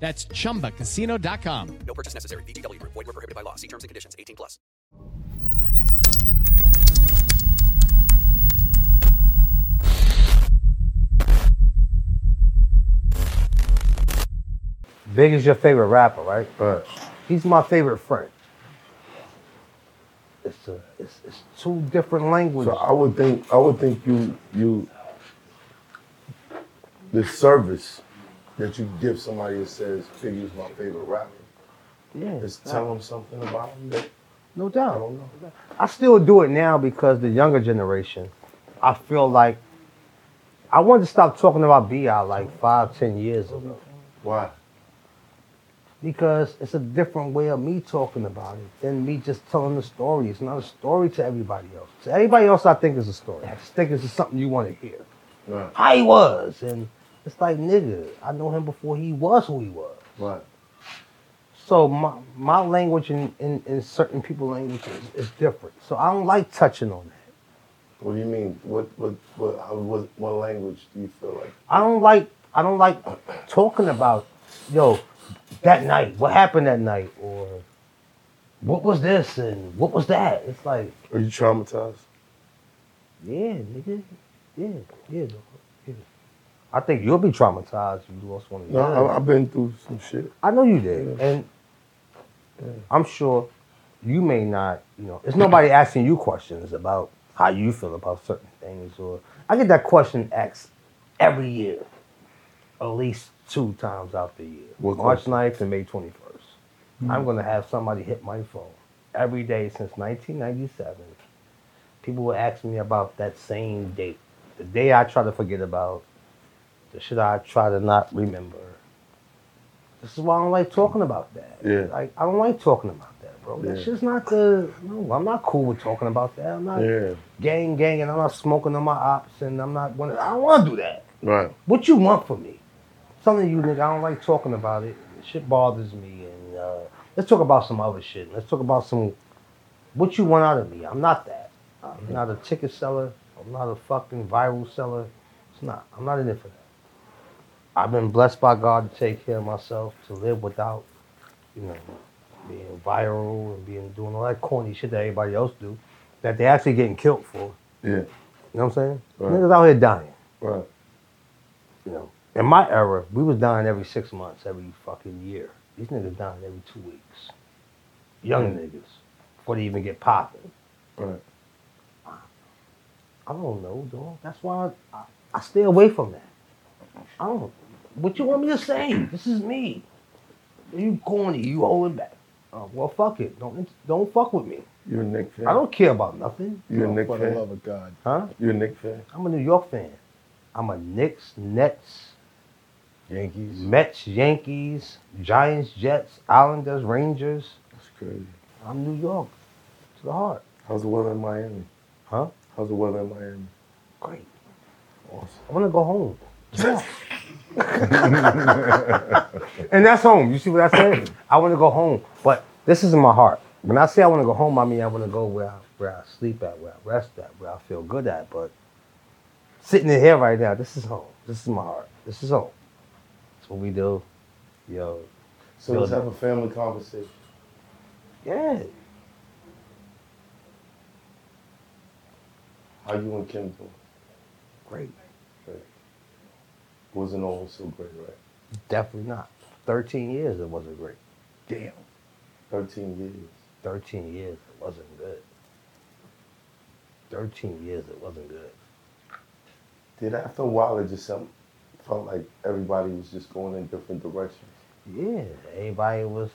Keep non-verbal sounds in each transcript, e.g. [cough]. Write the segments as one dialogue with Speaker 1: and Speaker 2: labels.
Speaker 1: That's chumbacasino.com.
Speaker 2: No purchase necessary. VGW Group. Void were prohibited by law. See terms and conditions. 18 plus.
Speaker 3: Big is your favorite rapper, right? But he's my favorite friend. It's a, it's, it's two different languages.
Speaker 4: So I would think I would think you you the service that you give somebody that says Biggie is my favorite rapper
Speaker 3: yeah,
Speaker 4: is tell them something about him that
Speaker 3: no
Speaker 4: I
Speaker 3: doubt.
Speaker 4: don't know.
Speaker 3: I still do it now because the younger generation, I feel like I wanted to stop talking about Bi like five, ten years ago
Speaker 4: Why?
Speaker 3: because it's a different way of me talking about it than me just telling the story. It's not a story to everybody else. To everybody else, I think it's a story. I just think it's just something you want to hear.
Speaker 4: Right.
Speaker 3: how he was. And it's like, nigga, I know him before he was who he was.
Speaker 4: Right.
Speaker 3: So my my language and in, in, certain people language is, is different. So I don't like touching on that.
Speaker 4: What do you mean? What what what, how, what what language do you feel like?
Speaker 3: I don't like I don't like talking about, yo, that night, what happened that night, or what was this and what was that? It's like,
Speaker 4: Are you traumatized?
Speaker 3: yeah, nigga, yeah, yeah, dog, yeah. I think you'll be traumatized if you lost one of
Speaker 4: No,
Speaker 3: your
Speaker 4: I, I've been through some shit.
Speaker 3: I know you did, and I'm sure you may not. You know, it's nobody asking you questions about how you feel about certain things. Or I get that question asked every year, at least two times out the year,
Speaker 4: What
Speaker 3: March
Speaker 4: question?
Speaker 3: 9th and May 21st. I'm gonna have somebody hit my phone every day since 1997. People will ask me about that same date, the day I try to forget about, the shit I try to not remember. This is why I don't like talking about that.
Speaker 4: Yeah.
Speaker 3: Like I don't like talking about that, bro. That's
Speaker 4: Yeah.
Speaker 3: just not the. No, I'm not cool with talking about that. I'm not
Speaker 4: Yeah.
Speaker 3: gang gang, and I'm not smoking on my ops, and I'm not. One of, I don't want to do that.
Speaker 4: Right.
Speaker 3: What you want from me? Something you nigga. I don't like talking about it. Shit bothers me, and uh, let's talk about some other shit. Let's talk about some. What you want out of me? I'm not that. I'm not a ticket seller. I'm not a fucking viral seller. It's not. I'm not in it for that. I've been blessed by God to take care of myself, to live without, you know, being viral and being doing all that corny shit that everybody else do, that they actually getting killed for.
Speaker 4: Yeah.
Speaker 3: You know what I'm saying?
Speaker 4: Right.
Speaker 3: Niggas out here dying.
Speaker 4: Right.
Speaker 3: You know, in my era, we was dying every six months, every fucking year. These niggas dying every two weeks. Young niggas, before they even get popping.
Speaker 4: Right.
Speaker 3: I don't know, dog. That's why I, I, I stay away from that. I don't. What you want me to say? This is me. You corny. You holding back. Uh, well, fuck it. Don't don't fuck with me.
Speaker 4: You a Nick fan?
Speaker 3: I don't care about nothing,
Speaker 4: You a
Speaker 5: Oh,
Speaker 4: Nick
Speaker 5: for the love
Speaker 4: fan?
Speaker 5: of God.
Speaker 3: huh?
Speaker 4: You a Nick fan?
Speaker 3: I'm a New York fan. I'm a Knicks, Nets,
Speaker 4: Yankees.
Speaker 3: Mets, Yankees, Giants, Jets, Islanders, Rangers.
Speaker 4: That's crazy.
Speaker 3: I'm New York to the heart,
Speaker 4: How's the weather in Miami?
Speaker 3: huh?
Speaker 4: How's the weather in Miami?
Speaker 3: Great.
Speaker 4: Awesome.
Speaker 3: I want to go home. [laughs] and that's home. You see what I said? I want to go home, but this is in my heart. When I say I want to go home, I mean I want to go where I, where I sleep at, where I rest at, where I feel good at. But sitting in here right now, this is home. This is my heart. This is home. That's what we do. Yo,
Speaker 4: So let's have a family conversation.
Speaker 3: yeah.
Speaker 4: How you and Kim doing?
Speaker 3: Great.
Speaker 4: Great. Wasn't always so great, right?
Speaker 3: Definitely not. 13 years it wasn't great.
Speaker 5: Damn.
Speaker 4: 13 years.
Speaker 3: 13 years it wasn't good. 13 years. It wasn't good.
Speaker 4: Did after a while it just felt felt like everybody was just going in different directions.
Speaker 3: Yeah, everybody was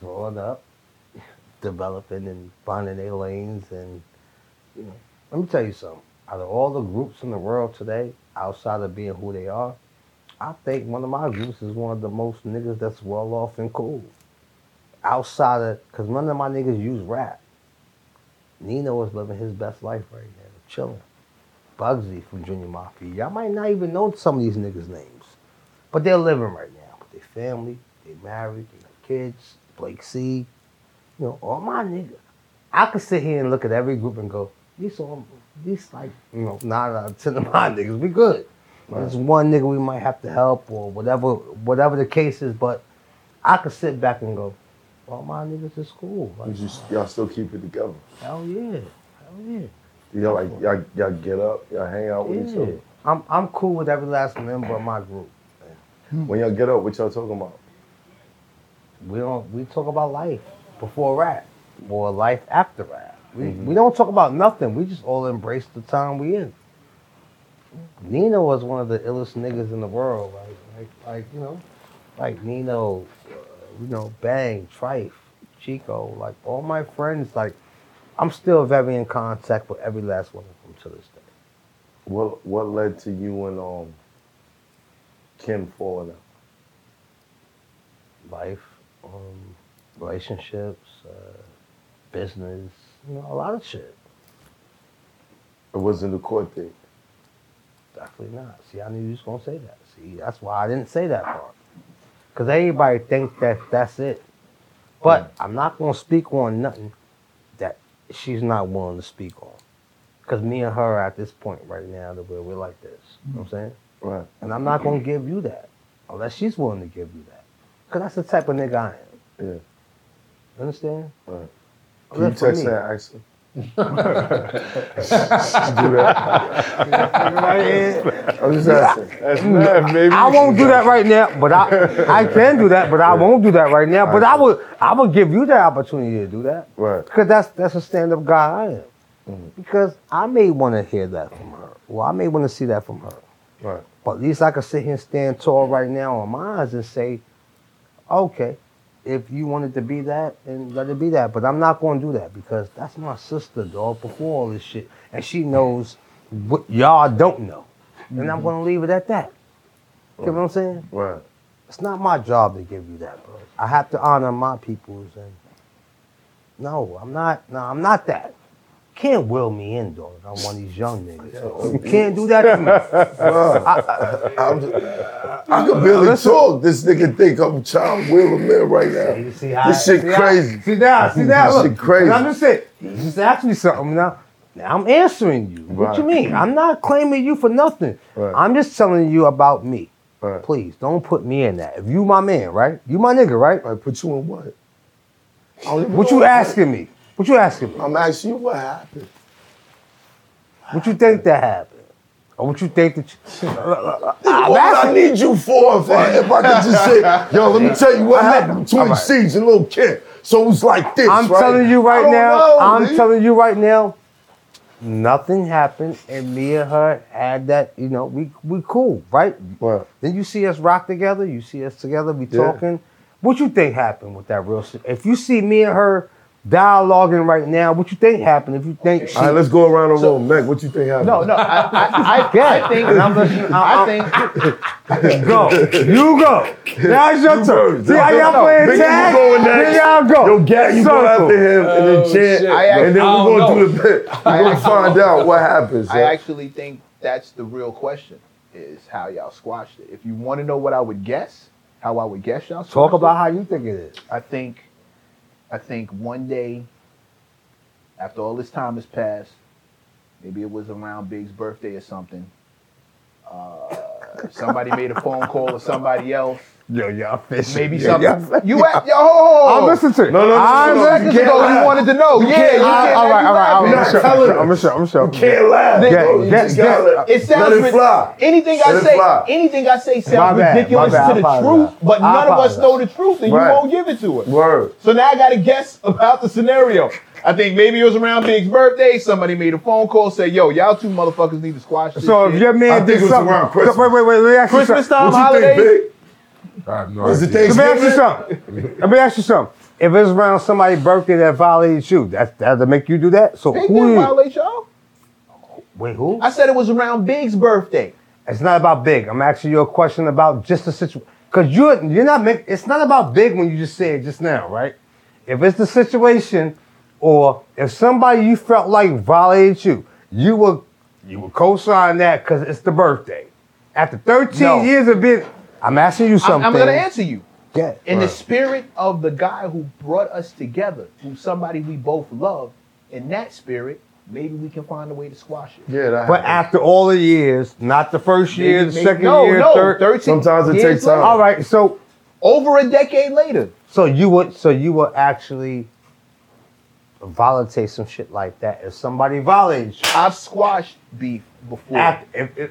Speaker 3: growing up, [laughs] developing and finding their lanes. And, you know, let me tell you something. Out of all the groups in the world today, outside of being who they are, I think one of my groups is one of the most niggas that's well off and cool. Outside of, because none of my niggas use rap. Nino is living his best life right now, chilling. Bugsy from Junior Mafia. Y'all might not even know some of these niggas' names. But they're living right now with their family, they married, they got kids, Blake C. You know, all my niggas. I could sit here and look at every group and go, these all, these like, you know, nine out of ten of my [laughs] niggas, we good. There's one nigga we might have to help or whatever, whatever the case is. But I could sit back and go, all my niggas is cool. Like,
Speaker 4: You just y'all still keep it together.
Speaker 3: hell yeah, hell yeah.
Speaker 4: You know, like y'all, y'all get up, y'all hang out with each
Speaker 3: Yeah.
Speaker 4: other.
Speaker 3: I'm I'm cool with every last member of my group.
Speaker 4: When y'all get up, what y'all talking about?
Speaker 3: We don't we talk about life before rap or life after rap. We we don't talk about nothing. We just all embrace the time we in. Nino was one of the illest niggas in the world. Like like, like you know, like Nino, uh, you know, Bang, Trife, Chico, like all my friends. Like I'm still very in contact with every last one of them to this day.
Speaker 4: What what led to you and um Kim falling out?
Speaker 3: life, um, relationships, uh, business, you know, a lot of shit.
Speaker 4: It wasn't the court thing.
Speaker 3: Definitely not. See, I knew you was gonna say that. See, that's why I didn't say that part. Cause everybody thinks that that's it. But I'm not gonna speak on nothing that she's not willing to speak on. Cause me and her are at this point right now to where we're like this. You know what I'm saying?
Speaker 4: Right.
Speaker 3: And I'm not gonna give you that unless she's willing to give you that. Cause that's the type of nigga I am.
Speaker 4: Yeah.
Speaker 3: You understand?
Speaker 4: Right.
Speaker 3: Oh,
Speaker 4: Can you
Speaker 3: that's for
Speaker 4: text
Speaker 3: me.
Speaker 4: that actually? [laughs] do [laughs] that. [laughs] I'm just asking. That's mad, baby.
Speaker 3: I won't do that right now, but I
Speaker 4: [laughs]
Speaker 3: I can do that, but I won't do that right now. But I would I would give you that opportunity to do that.
Speaker 4: Right. Mm.
Speaker 3: Because that's that's a stand up guy I am. Because I may want to hear that from her. Well, I may want to see that from her.
Speaker 4: Right.
Speaker 3: But at least I can sit here and stand tall right now on my eyes and say, okay, if you wanted to be that, then let it be that. But I'm not going to do that because that's my sister, dog, before all this shit. And she knows what y'all don't know. And I'm going to leave it at that. You know what I'm saying?
Speaker 4: Right.
Speaker 3: It's not my job to give you that, bro. I have to honor my peoples and no, I'm not no, I'm not that. Can't will me in, dog. I'm one of these young niggas. dog. You can't do that to me.
Speaker 4: I'm just, I
Speaker 3: Uh,
Speaker 4: can barely talk. This nigga think I'm child Will man right now.
Speaker 3: You see how
Speaker 4: this shit
Speaker 3: see how-
Speaker 4: crazy.
Speaker 3: see now, see now.
Speaker 4: This
Speaker 3: Look,
Speaker 4: shit crazy.
Speaker 3: And I'm just saying, you just asked me something now. Now I'm answering you. What you
Speaker 4: Right.
Speaker 3: mean? I'm not claiming you for nothing.
Speaker 4: Right.
Speaker 3: I'm just telling you about me.
Speaker 4: Right.
Speaker 3: Please don't put me in that. If you my man, right? You my nigga, right?
Speaker 4: I put you in what?
Speaker 3: What you asking me? What you asking me?
Speaker 4: I'm asking you what happened.
Speaker 3: What you think that happened? Or what you think that you,
Speaker 4: what would I need you for if I, if I could just say, yo, let me tell you what happened between
Speaker 3: Alright.
Speaker 4: Siege and Lil' Kid. So it was like this.
Speaker 3: I'm
Speaker 4: right?
Speaker 3: telling you
Speaker 4: I
Speaker 3: right
Speaker 4: don't
Speaker 3: now,
Speaker 4: know,
Speaker 3: I'm
Speaker 4: nigga.
Speaker 3: telling you right now, nothing happened and me and her had that, you know, we we cool, right?
Speaker 4: Right.
Speaker 3: Then you see us rock together, you see us together, we
Speaker 4: Yeah.
Speaker 3: talking. What you think happened with that real shit? If you see me and her dialoguing right now, what you think happened? If you think she
Speaker 4: All right, let's go around the room. Meg, what you think happened?
Speaker 6: No, no, I, I, I,
Speaker 3: Yeah.
Speaker 6: I think
Speaker 3: And I'm listening-
Speaker 6: I think
Speaker 3: go, you go. Now it's your turn.
Speaker 4: first.
Speaker 3: See how y'all
Speaker 4: No,
Speaker 3: playing
Speaker 4: Biggie, you
Speaker 3: tag?
Speaker 4: going next.
Speaker 3: Then y'all go.
Speaker 4: Yo, Gat, you go
Speaker 3: Circle.
Speaker 4: after him and then chant,
Speaker 6: I act-
Speaker 4: and then
Speaker 6: Oh, I
Speaker 4: we're
Speaker 6: don't
Speaker 4: gonna
Speaker 6: know.
Speaker 4: do the bit. We're gonna
Speaker 6: act-
Speaker 4: find out what happens.
Speaker 6: I
Speaker 4: yo.
Speaker 6: actually think that's the real question is how y'all squashed it. If you want to know what I would guess, how I would guess y'all
Speaker 3: Talk
Speaker 6: squashed
Speaker 3: about
Speaker 6: it,
Speaker 3: how you think it is.
Speaker 6: I think I think one day after all this time has passed, maybe it was around Big's birthday or something. Uh, somebody made a phone call to somebody else.
Speaker 3: Yo, y'all fishing.
Speaker 6: Maybe
Speaker 3: Yo, y'all
Speaker 6: something. You at yo. I'm
Speaker 3: I'll listen to it.
Speaker 4: Oh. No, no, no,
Speaker 3: I'm
Speaker 4: no, no,
Speaker 3: listening
Speaker 4: you
Speaker 3: to
Speaker 4: can't
Speaker 3: it.
Speaker 6: You
Speaker 4: laugh.
Speaker 6: wanted to know.
Speaker 4: You
Speaker 6: yeah,
Speaker 4: can't
Speaker 6: you
Speaker 4: lie.
Speaker 6: can't
Speaker 3: all right, all right, all
Speaker 6: you
Speaker 4: You're
Speaker 3: right. I'm
Speaker 4: not
Speaker 3: sure.
Speaker 4: telling
Speaker 3: I'm
Speaker 4: us.
Speaker 3: sure. I'm sure.
Speaker 4: You can't laugh.
Speaker 3: Yeah,
Speaker 4: bro. You
Speaker 3: yeah,
Speaker 4: just
Speaker 3: yeah.
Speaker 4: gotta let-
Speaker 6: It sounds
Speaker 4: let
Speaker 6: rid-
Speaker 4: it fly.
Speaker 6: Anything I
Speaker 4: Let it
Speaker 6: say,
Speaker 4: fly.
Speaker 6: anything I say sounds
Speaker 3: My bad, my
Speaker 6: ridiculous
Speaker 3: bad, I
Speaker 6: to the
Speaker 3: apologize.
Speaker 6: truth, but
Speaker 3: I
Speaker 6: none of us
Speaker 3: apologize.
Speaker 6: know the truth, and
Speaker 4: Right.
Speaker 6: you won't give it to us.
Speaker 4: Word.
Speaker 6: So now I got to guess about the scenario. I think maybe it was around Big's birthday. Somebody made a phone call, said, "Yo, y'all two motherfuckers need to squash this."
Speaker 3: So
Speaker 6: shit.
Speaker 3: if your
Speaker 4: I
Speaker 3: man
Speaker 4: think
Speaker 3: did
Speaker 4: it was
Speaker 3: something,
Speaker 4: around Christmas.
Speaker 3: wait, wait, wait. Let me ask you
Speaker 6: Christmas
Speaker 3: something.
Speaker 6: time,
Speaker 4: What you think,
Speaker 6: holidays.
Speaker 4: Big?
Speaker 3: I have no
Speaker 4: Was it
Speaker 3: idea. Let me
Speaker 4: Thanksgiving?
Speaker 3: ask you something. Let me ask you something. If it's around somebody's birthday that violated you, that that'll make you do that. So
Speaker 6: Big
Speaker 3: who?
Speaker 6: didn't
Speaker 3: is-
Speaker 6: violate y'all.
Speaker 3: Wait, who?
Speaker 6: I said it was around Big's birthday.
Speaker 3: It's not about big. I'm asking you a question about just the situation. Cause you're you're not. Make, it's not about big when you just said just now, right? If it's the situation, or if somebody you felt like violated you, you would you would co-sign that because it's the birthday. After 13
Speaker 6: No.
Speaker 3: years of being, I'm asking you
Speaker 6: I'm,
Speaker 3: something.
Speaker 6: I'm gonna answer you.
Speaker 3: Yeah.
Speaker 6: In the
Speaker 4: Right.
Speaker 6: spirit of the guy who brought us together, who's somebody we both love, in that spirit, maybe we can find a way to squash it.
Speaker 4: Yeah, that.
Speaker 3: But
Speaker 4: happened.
Speaker 3: after all the years, not the first
Speaker 6: Maybe-
Speaker 3: year, the
Speaker 6: maybe-
Speaker 3: second
Speaker 6: no,
Speaker 3: year,
Speaker 6: no,
Speaker 3: third.
Speaker 6: 13
Speaker 4: Sometimes it
Speaker 6: years
Speaker 4: takes
Speaker 6: later.
Speaker 4: time.
Speaker 3: All right, so
Speaker 6: Over a decade later.
Speaker 3: So you would, so you would actually voluntate some shit like that if somebody violates you.
Speaker 6: I've squashed beef before.
Speaker 3: Af- if- if-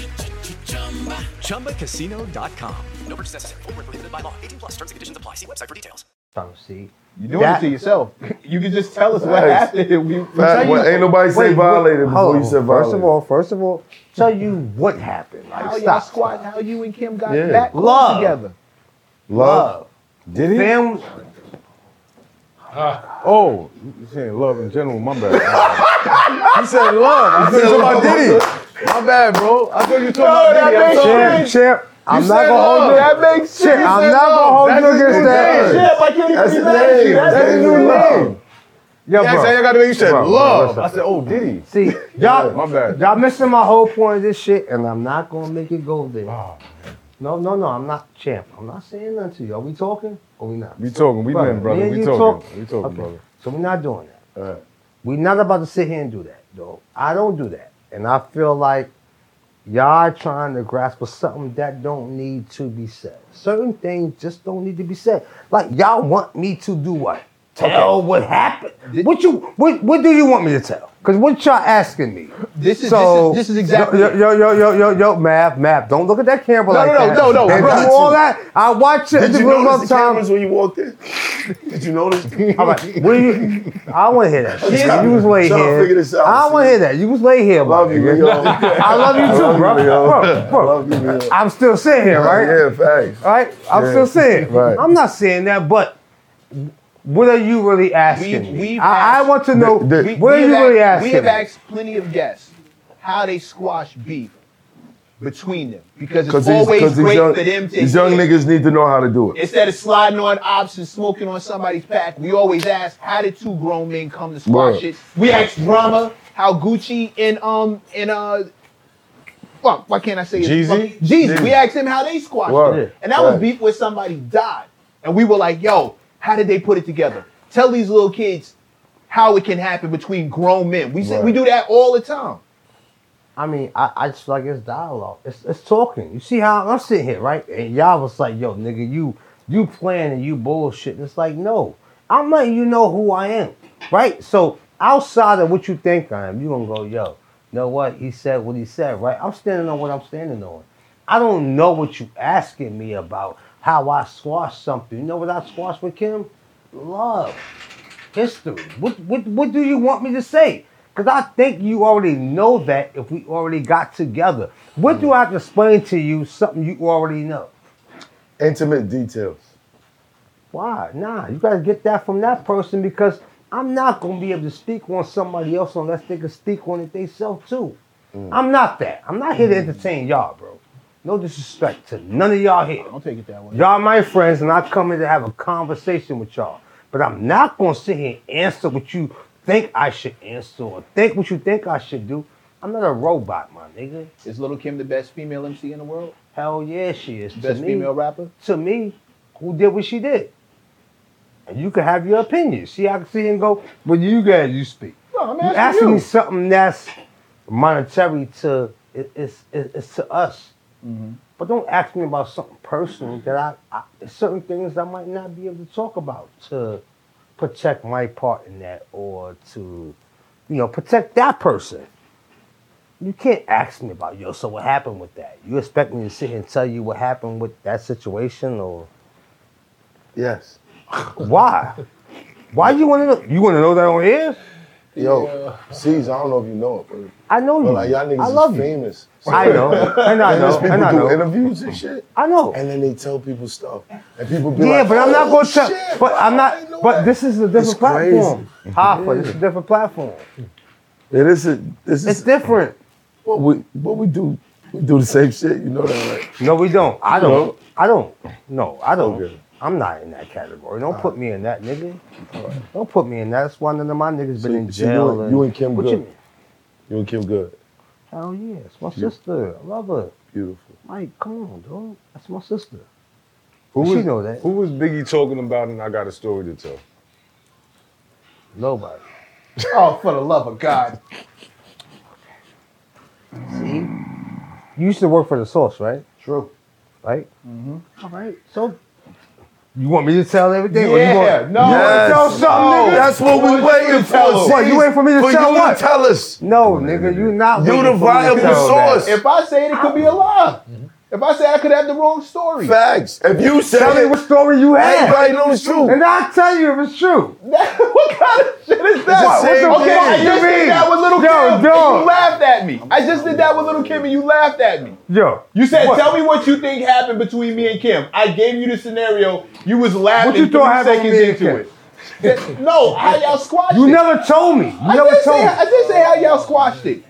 Speaker 2: ChumbaCasino.com. No purchase necessary. Void where prohibited by law. 18 plus terms and conditions apply. See website for details.
Speaker 3: trying to see.
Speaker 6: you're doing
Speaker 3: That-
Speaker 6: it to yourself. [laughs] You can just tell us what
Speaker 4: Facts.
Speaker 6: happened. and We, we tell
Speaker 4: Fact,
Speaker 6: you
Speaker 4: well, ain't nobody say
Speaker 3: Wait,
Speaker 4: violated
Speaker 3: wait,
Speaker 4: before
Speaker 3: hold
Speaker 4: you said
Speaker 3: on.
Speaker 4: violated.
Speaker 3: First of all, first of all, tell you what happened. Like,
Speaker 6: how y'all
Speaker 3: stop.
Speaker 6: squat, how you and Kim got
Speaker 4: Yeah.
Speaker 6: back close
Speaker 3: Love.
Speaker 6: together.
Speaker 4: love. Did he?
Speaker 3: Fam-
Speaker 7: Oh, you saying love in general? My bad. you said love. I thought you
Speaker 4: said
Speaker 7: talking
Speaker 4: love.
Speaker 7: about Diddy. My bad, bro. I thought you were talking
Speaker 6: No, that
Speaker 7: about Diddy. I'm
Speaker 6: makes
Speaker 7: sorry.
Speaker 3: Champ, champ, I'm not
Speaker 4: said
Speaker 3: gonna hold
Speaker 4: love.
Speaker 3: you.
Speaker 4: That
Speaker 6: makes
Speaker 3: Shit,
Speaker 4: You
Speaker 3: I'm not
Speaker 4: said love.
Speaker 3: gonna hold
Speaker 4: That's
Speaker 3: you
Speaker 4: his
Speaker 3: against
Speaker 4: new
Speaker 3: that.
Speaker 4: name.
Speaker 3: Shit.
Speaker 6: I can't
Speaker 4: That's his name. That's his new name.
Speaker 3: Yo,
Speaker 7: Yeah, I
Speaker 3: bro.
Speaker 7: said, you got to you said
Speaker 4: Bro, bro,
Speaker 7: love.
Speaker 4: listen.
Speaker 7: I said, oh, Diddy.
Speaker 4: [laughs]
Speaker 3: See, y'all,
Speaker 7: my bad.
Speaker 3: y'all missing my whole point of this shit, and I'm not gonna make it go there.
Speaker 4: Oh,
Speaker 3: no, no, no, I'm not champ. I'm not saying nothing to you. Are we talking or we not?
Speaker 7: We talking. We
Speaker 3: Brother,
Speaker 7: men,
Speaker 3: me
Speaker 7: brother.
Speaker 3: and
Speaker 7: We
Speaker 3: you
Speaker 7: talking.
Speaker 3: talk-
Speaker 7: We talking,
Speaker 3: Okay,
Speaker 7: brother.
Speaker 3: So we're not doing that.
Speaker 7: All right.
Speaker 3: We're not about to sit here and do that, though. I don't do that, and I feel like y'all trying to grasp for something that don't need to be said. Certain things just don't need to be said. Like y'all want me to do what? Tell what happened. What you? What, what do you want me to tell? Because what y'all asking me?
Speaker 6: This is,
Speaker 3: So
Speaker 6: this is, this is exactly
Speaker 3: yo yo yo yo yo yo map map. Don't look at that camera
Speaker 6: No,
Speaker 3: like
Speaker 6: no, no,
Speaker 3: that.
Speaker 6: no, no,
Speaker 3: And
Speaker 6: bro.
Speaker 3: do all that. I watch it.
Speaker 4: Did
Speaker 3: It's
Speaker 4: you
Speaker 3: real
Speaker 4: notice the
Speaker 3: time.
Speaker 4: cameras when you walked in? Did
Speaker 3: [laughs]
Speaker 4: you notice?
Speaker 3: All
Speaker 4: [laughs]
Speaker 3: right, what do you? I want to hear that. Shit.
Speaker 4: trying-
Speaker 3: You was way
Speaker 4: trying to
Speaker 3: here.
Speaker 4: figure this out.
Speaker 3: I want to hear that. You was way here.
Speaker 4: Love you,
Speaker 3: nigga.
Speaker 4: yo.
Speaker 3: [laughs] I love you too,
Speaker 4: love
Speaker 3: bro.
Speaker 4: you, yo.
Speaker 3: bro. Bro,
Speaker 4: Love you, yo.
Speaker 3: I'm still sitting here, right?
Speaker 4: Yeah, facts.
Speaker 3: All right, I'm
Speaker 4: Yeah.
Speaker 3: still saying.
Speaker 4: Right.
Speaker 3: I'm not saying that, but what are you really asking?
Speaker 6: We've-
Speaker 3: me?
Speaker 6: we've
Speaker 3: I, I
Speaker 6: asked-
Speaker 3: want to know
Speaker 4: The- the-
Speaker 3: what are
Speaker 6: have
Speaker 3: you really
Speaker 6: asked-
Speaker 3: asking?
Speaker 6: We have
Speaker 3: me?
Speaker 6: asked plenty of guests how they squash beef between them because it's
Speaker 4: Because these,
Speaker 6: always
Speaker 4: cause these
Speaker 6: great
Speaker 4: young,
Speaker 6: for them to
Speaker 4: these young
Speaker 6: hear.
Speaker 4: niggas need to know how to do it.
Speaker 6: Instead of sliding on ops and smoking on somebody's pack, we always ask, how did two grown men come to squash
Speaker 4: Word.
Speaker 6: it? We asked Brahma how Gucci and um and uh fuck, why can't I say his
Speaker 7: Jeezy?
Speaker 6: fucking- Jeezy.
Speaker 4: Jeezy.
Speaker 6: We asked him how they squashed
Speaker 4: Word.
Speaker 6: it. And that was
Speaker 4: Right.
Speaker 6: beef where somebody died. And we were like, yo, how did they put it together? Tell these little kids how it can happen between grown men. We say,
Speaker 4: Right.
Speaker 6: we do that all the time.
Speaker 3: I mean, I, I just like it's dialogue. It's, it's talking. You see how I'm sitting here, right? And y'all was like, yo, nigga, you you playing and you bullshitting. It's like, no, I'm letting you know who I am, right? So outside of what you think I am, you gonna go, yo, know what? He said what he said, right? I'm standing on what I'm standing on. I don't know what you asking me about, how I squash something. You know what I squash with Kim? Love history. What what what do you want me to say? Because I think you already know that if we already got together. What do I have to explain to you something you already know?
Speaker 4: Intimate details.
Speaker 3: Why? Nah, you gotta get that from that person because I'm not gonna be able to speak on somebody else unless they can speak on it themselves too. I'm not that. I'm not here to entertain y'all, bro. No disrespect to none of y'all here.
Speaker 6: Don't take it that way.
Speaker 3: Y'all my friends, and I come here to have a conversation with y'all. But I'm not gonna sit here and answer what you think I should answer or think what you think I should do. I'm not a robot, my nigga.
Speaker 6: Is Little Kim the best female MC in the world?
Speaker 3: Hell yeah, she is.
Speaker 6: Best
Speaker 3: to me,
Speaker 6: female rapper?
Speaker 3: to me, who did what she did. And you can have your opinion. See, I can sit here and go, but you guys, you speak.
Speaker 7: No, I'm
Speaker 3: You
Speaker 7: asking
Speaker 3: asking
Speaker 7: you.
Speaker 3: me something that's monetary to it, it's it, it's to us,
Speaker 4: Mm-hmm.
Speaker 3: but don't ask me about something personal that I, I there's certain things I might not be able to talk about to protect my part in that or to you know protect that person. You can't ask me about yo. So what happened with that? You expect me to sit here and tell you what happened with that situation or
Speaker 4: Yes. [laughs]
Speaker 3: why? Why you want to know? You want to know that on air?
Speaker 4: Yo, C's, I don't know if you know it, but,
Speaker 3: I know you.
Speaker 4: but like y'all
Speaker 3: I
Speaker 4: niggas
Speaker 3: love
Speaker 4: is
Speaker 3: you.
Speaker 4: famous. So-
Speaker 3: I
Speaker 4: [laughs]
Speaker 3: know, and I
Speaker 4: And there's
Speaker 3: know,
Speaker 4: people
Speaker 3: and I
Speaker 4: do
Speaker 3: know.
Speaker 4: interviews and shit.
Speaker 3: I know.
Speaker 4: And then they tell people stuff. And people be
Speaker 3: yeah,
Speaker 4: like,
Speaker 3: but I'm not
Speaker 4: "Oh,
Speaker 3: going to tell.
Speaker 4: shit,
Speaker 3: but
Speaker 4: bro,
Speaker 3: I'm
Speaker 4: I didn't know
Speaker 3: not. But
Speaker 4: that."
Speaker 3: this is a different
Speaker 4: It's
Speaker 3: platform. Hoffa, this is a different platform.
Speaker 4: It is a,
Speaker 3: It's
Speaker 4: this is
Speaker 3: different.
Speaker 4: what we what we do. We do the same shit. You know that, right?
Speaker 3: No, we don't. I don't.
Speaker 4: No?
Speaker 3: I don't. No, I don't.
Speaker 4: Okay.
Speaker 3: I'm not in that category. Don't put me in that, nigga. Don't put me in that. That's why none of my niggas been
Speaker 4: So-
Speaker 3: in
Speaker 4: so you
Speaker 3: jail.
Speaker 4: and- you and Kim
Speaker 3: what
Speaker 4: good.
Speaker 3: You mean?
Speaker 4: You and Kim Good,
Speaker 3: Hell yeah, it's my sister. I love her.
Speaker 4: beautiful.
Speaker 3: Mike, come on, dog. That's my sister.
Speaker 7: Who
Speaker 3: She
Speaker 7: was-
Speaker 3: know that.
Speaker 7: Who was Biggie talking about? And I got a story to tell.
Speaker 3: Nobody.
Speaker 6: Oh, for the love of God.
Speaker 3: See? You used to work for the source, right?
Speaker 6: True.
Speaker 3: Right? Mm-hmm. right. So you want me to tell everything? or
Speaker 6: Yeah,
Speaker 3: you want,
Speaker 6: no.
Speaker 3: You want
Speaker 4: Yes.
Speaker 3: to tell something,
Speaker 4: No,
Speaker 3: nigga?
Speaker 4: That's what we waiting for.
Speaker 6: tell us.
Speaker 3: What, you
Speaker 4: C's,
Speaker 3: waiting for me to
Speaker 4: Oh. for
Speaker 3: tell
Speaker 4: you
Speaker 3: what?
Speaker 4: To tell us.
Speaker 3: No, nigga, you not.
Speaker 4: You
Speaker 3: waiting
Speaker 4: the
Speaker 3: for me to
Speaker 4: viable
Speaker 3: tell Oh, that. Mm-hmm.
Speaker 4: source.
Speaker 6: If I say it, it could be a lie. If I say I could have the wrong story.
Speaker 4: Facts. If you say
Speaker 3: Tell me
Speaker 4: it,
Speaker 3: what story you had,
Speaker 4: everybody knows the truth.
Speaker 3: and I'll tell you if it's true.
Speaker 6: [laughs] what kind of shit is
Speaker 4: It's the
Speaker 6: that?
Speaker 4: same
Speaker 6: okay,
Speaker 4: thing.
Speaker 6: I just
Speaker 3: You mean?
Speaker 6: did that with little
Speaker 3: Yo,
Speaker 6: Kim. and
Speaker 3: dog.
Speaker 6: You laughed at me. I just did that with little Kim and you laughed at me.
Speaker 3: Yo,
Speaker 6: You said, "Tell me what you think happened between me and Kim." I gave you the scenario. You was laughing.
Speaker 3: What you thought
Speaker 6: three
Speaker 3: happened with
Speaker 6: seconds
Speaker 3: me and
Speaker 6: into
Speaker 3: [laughs]
Speaker 6: it? no, how y'all squashed
Speaker 3: you
Speaker 6: it?
Speaker 3: never told me. You
Speaker 6: I
Speaker 3: never
Speaker 6: did,
Speaker 3: told
Speaker 6: say,
Speaker 3: me.
Speaker 6: I did say how y'all squashed it.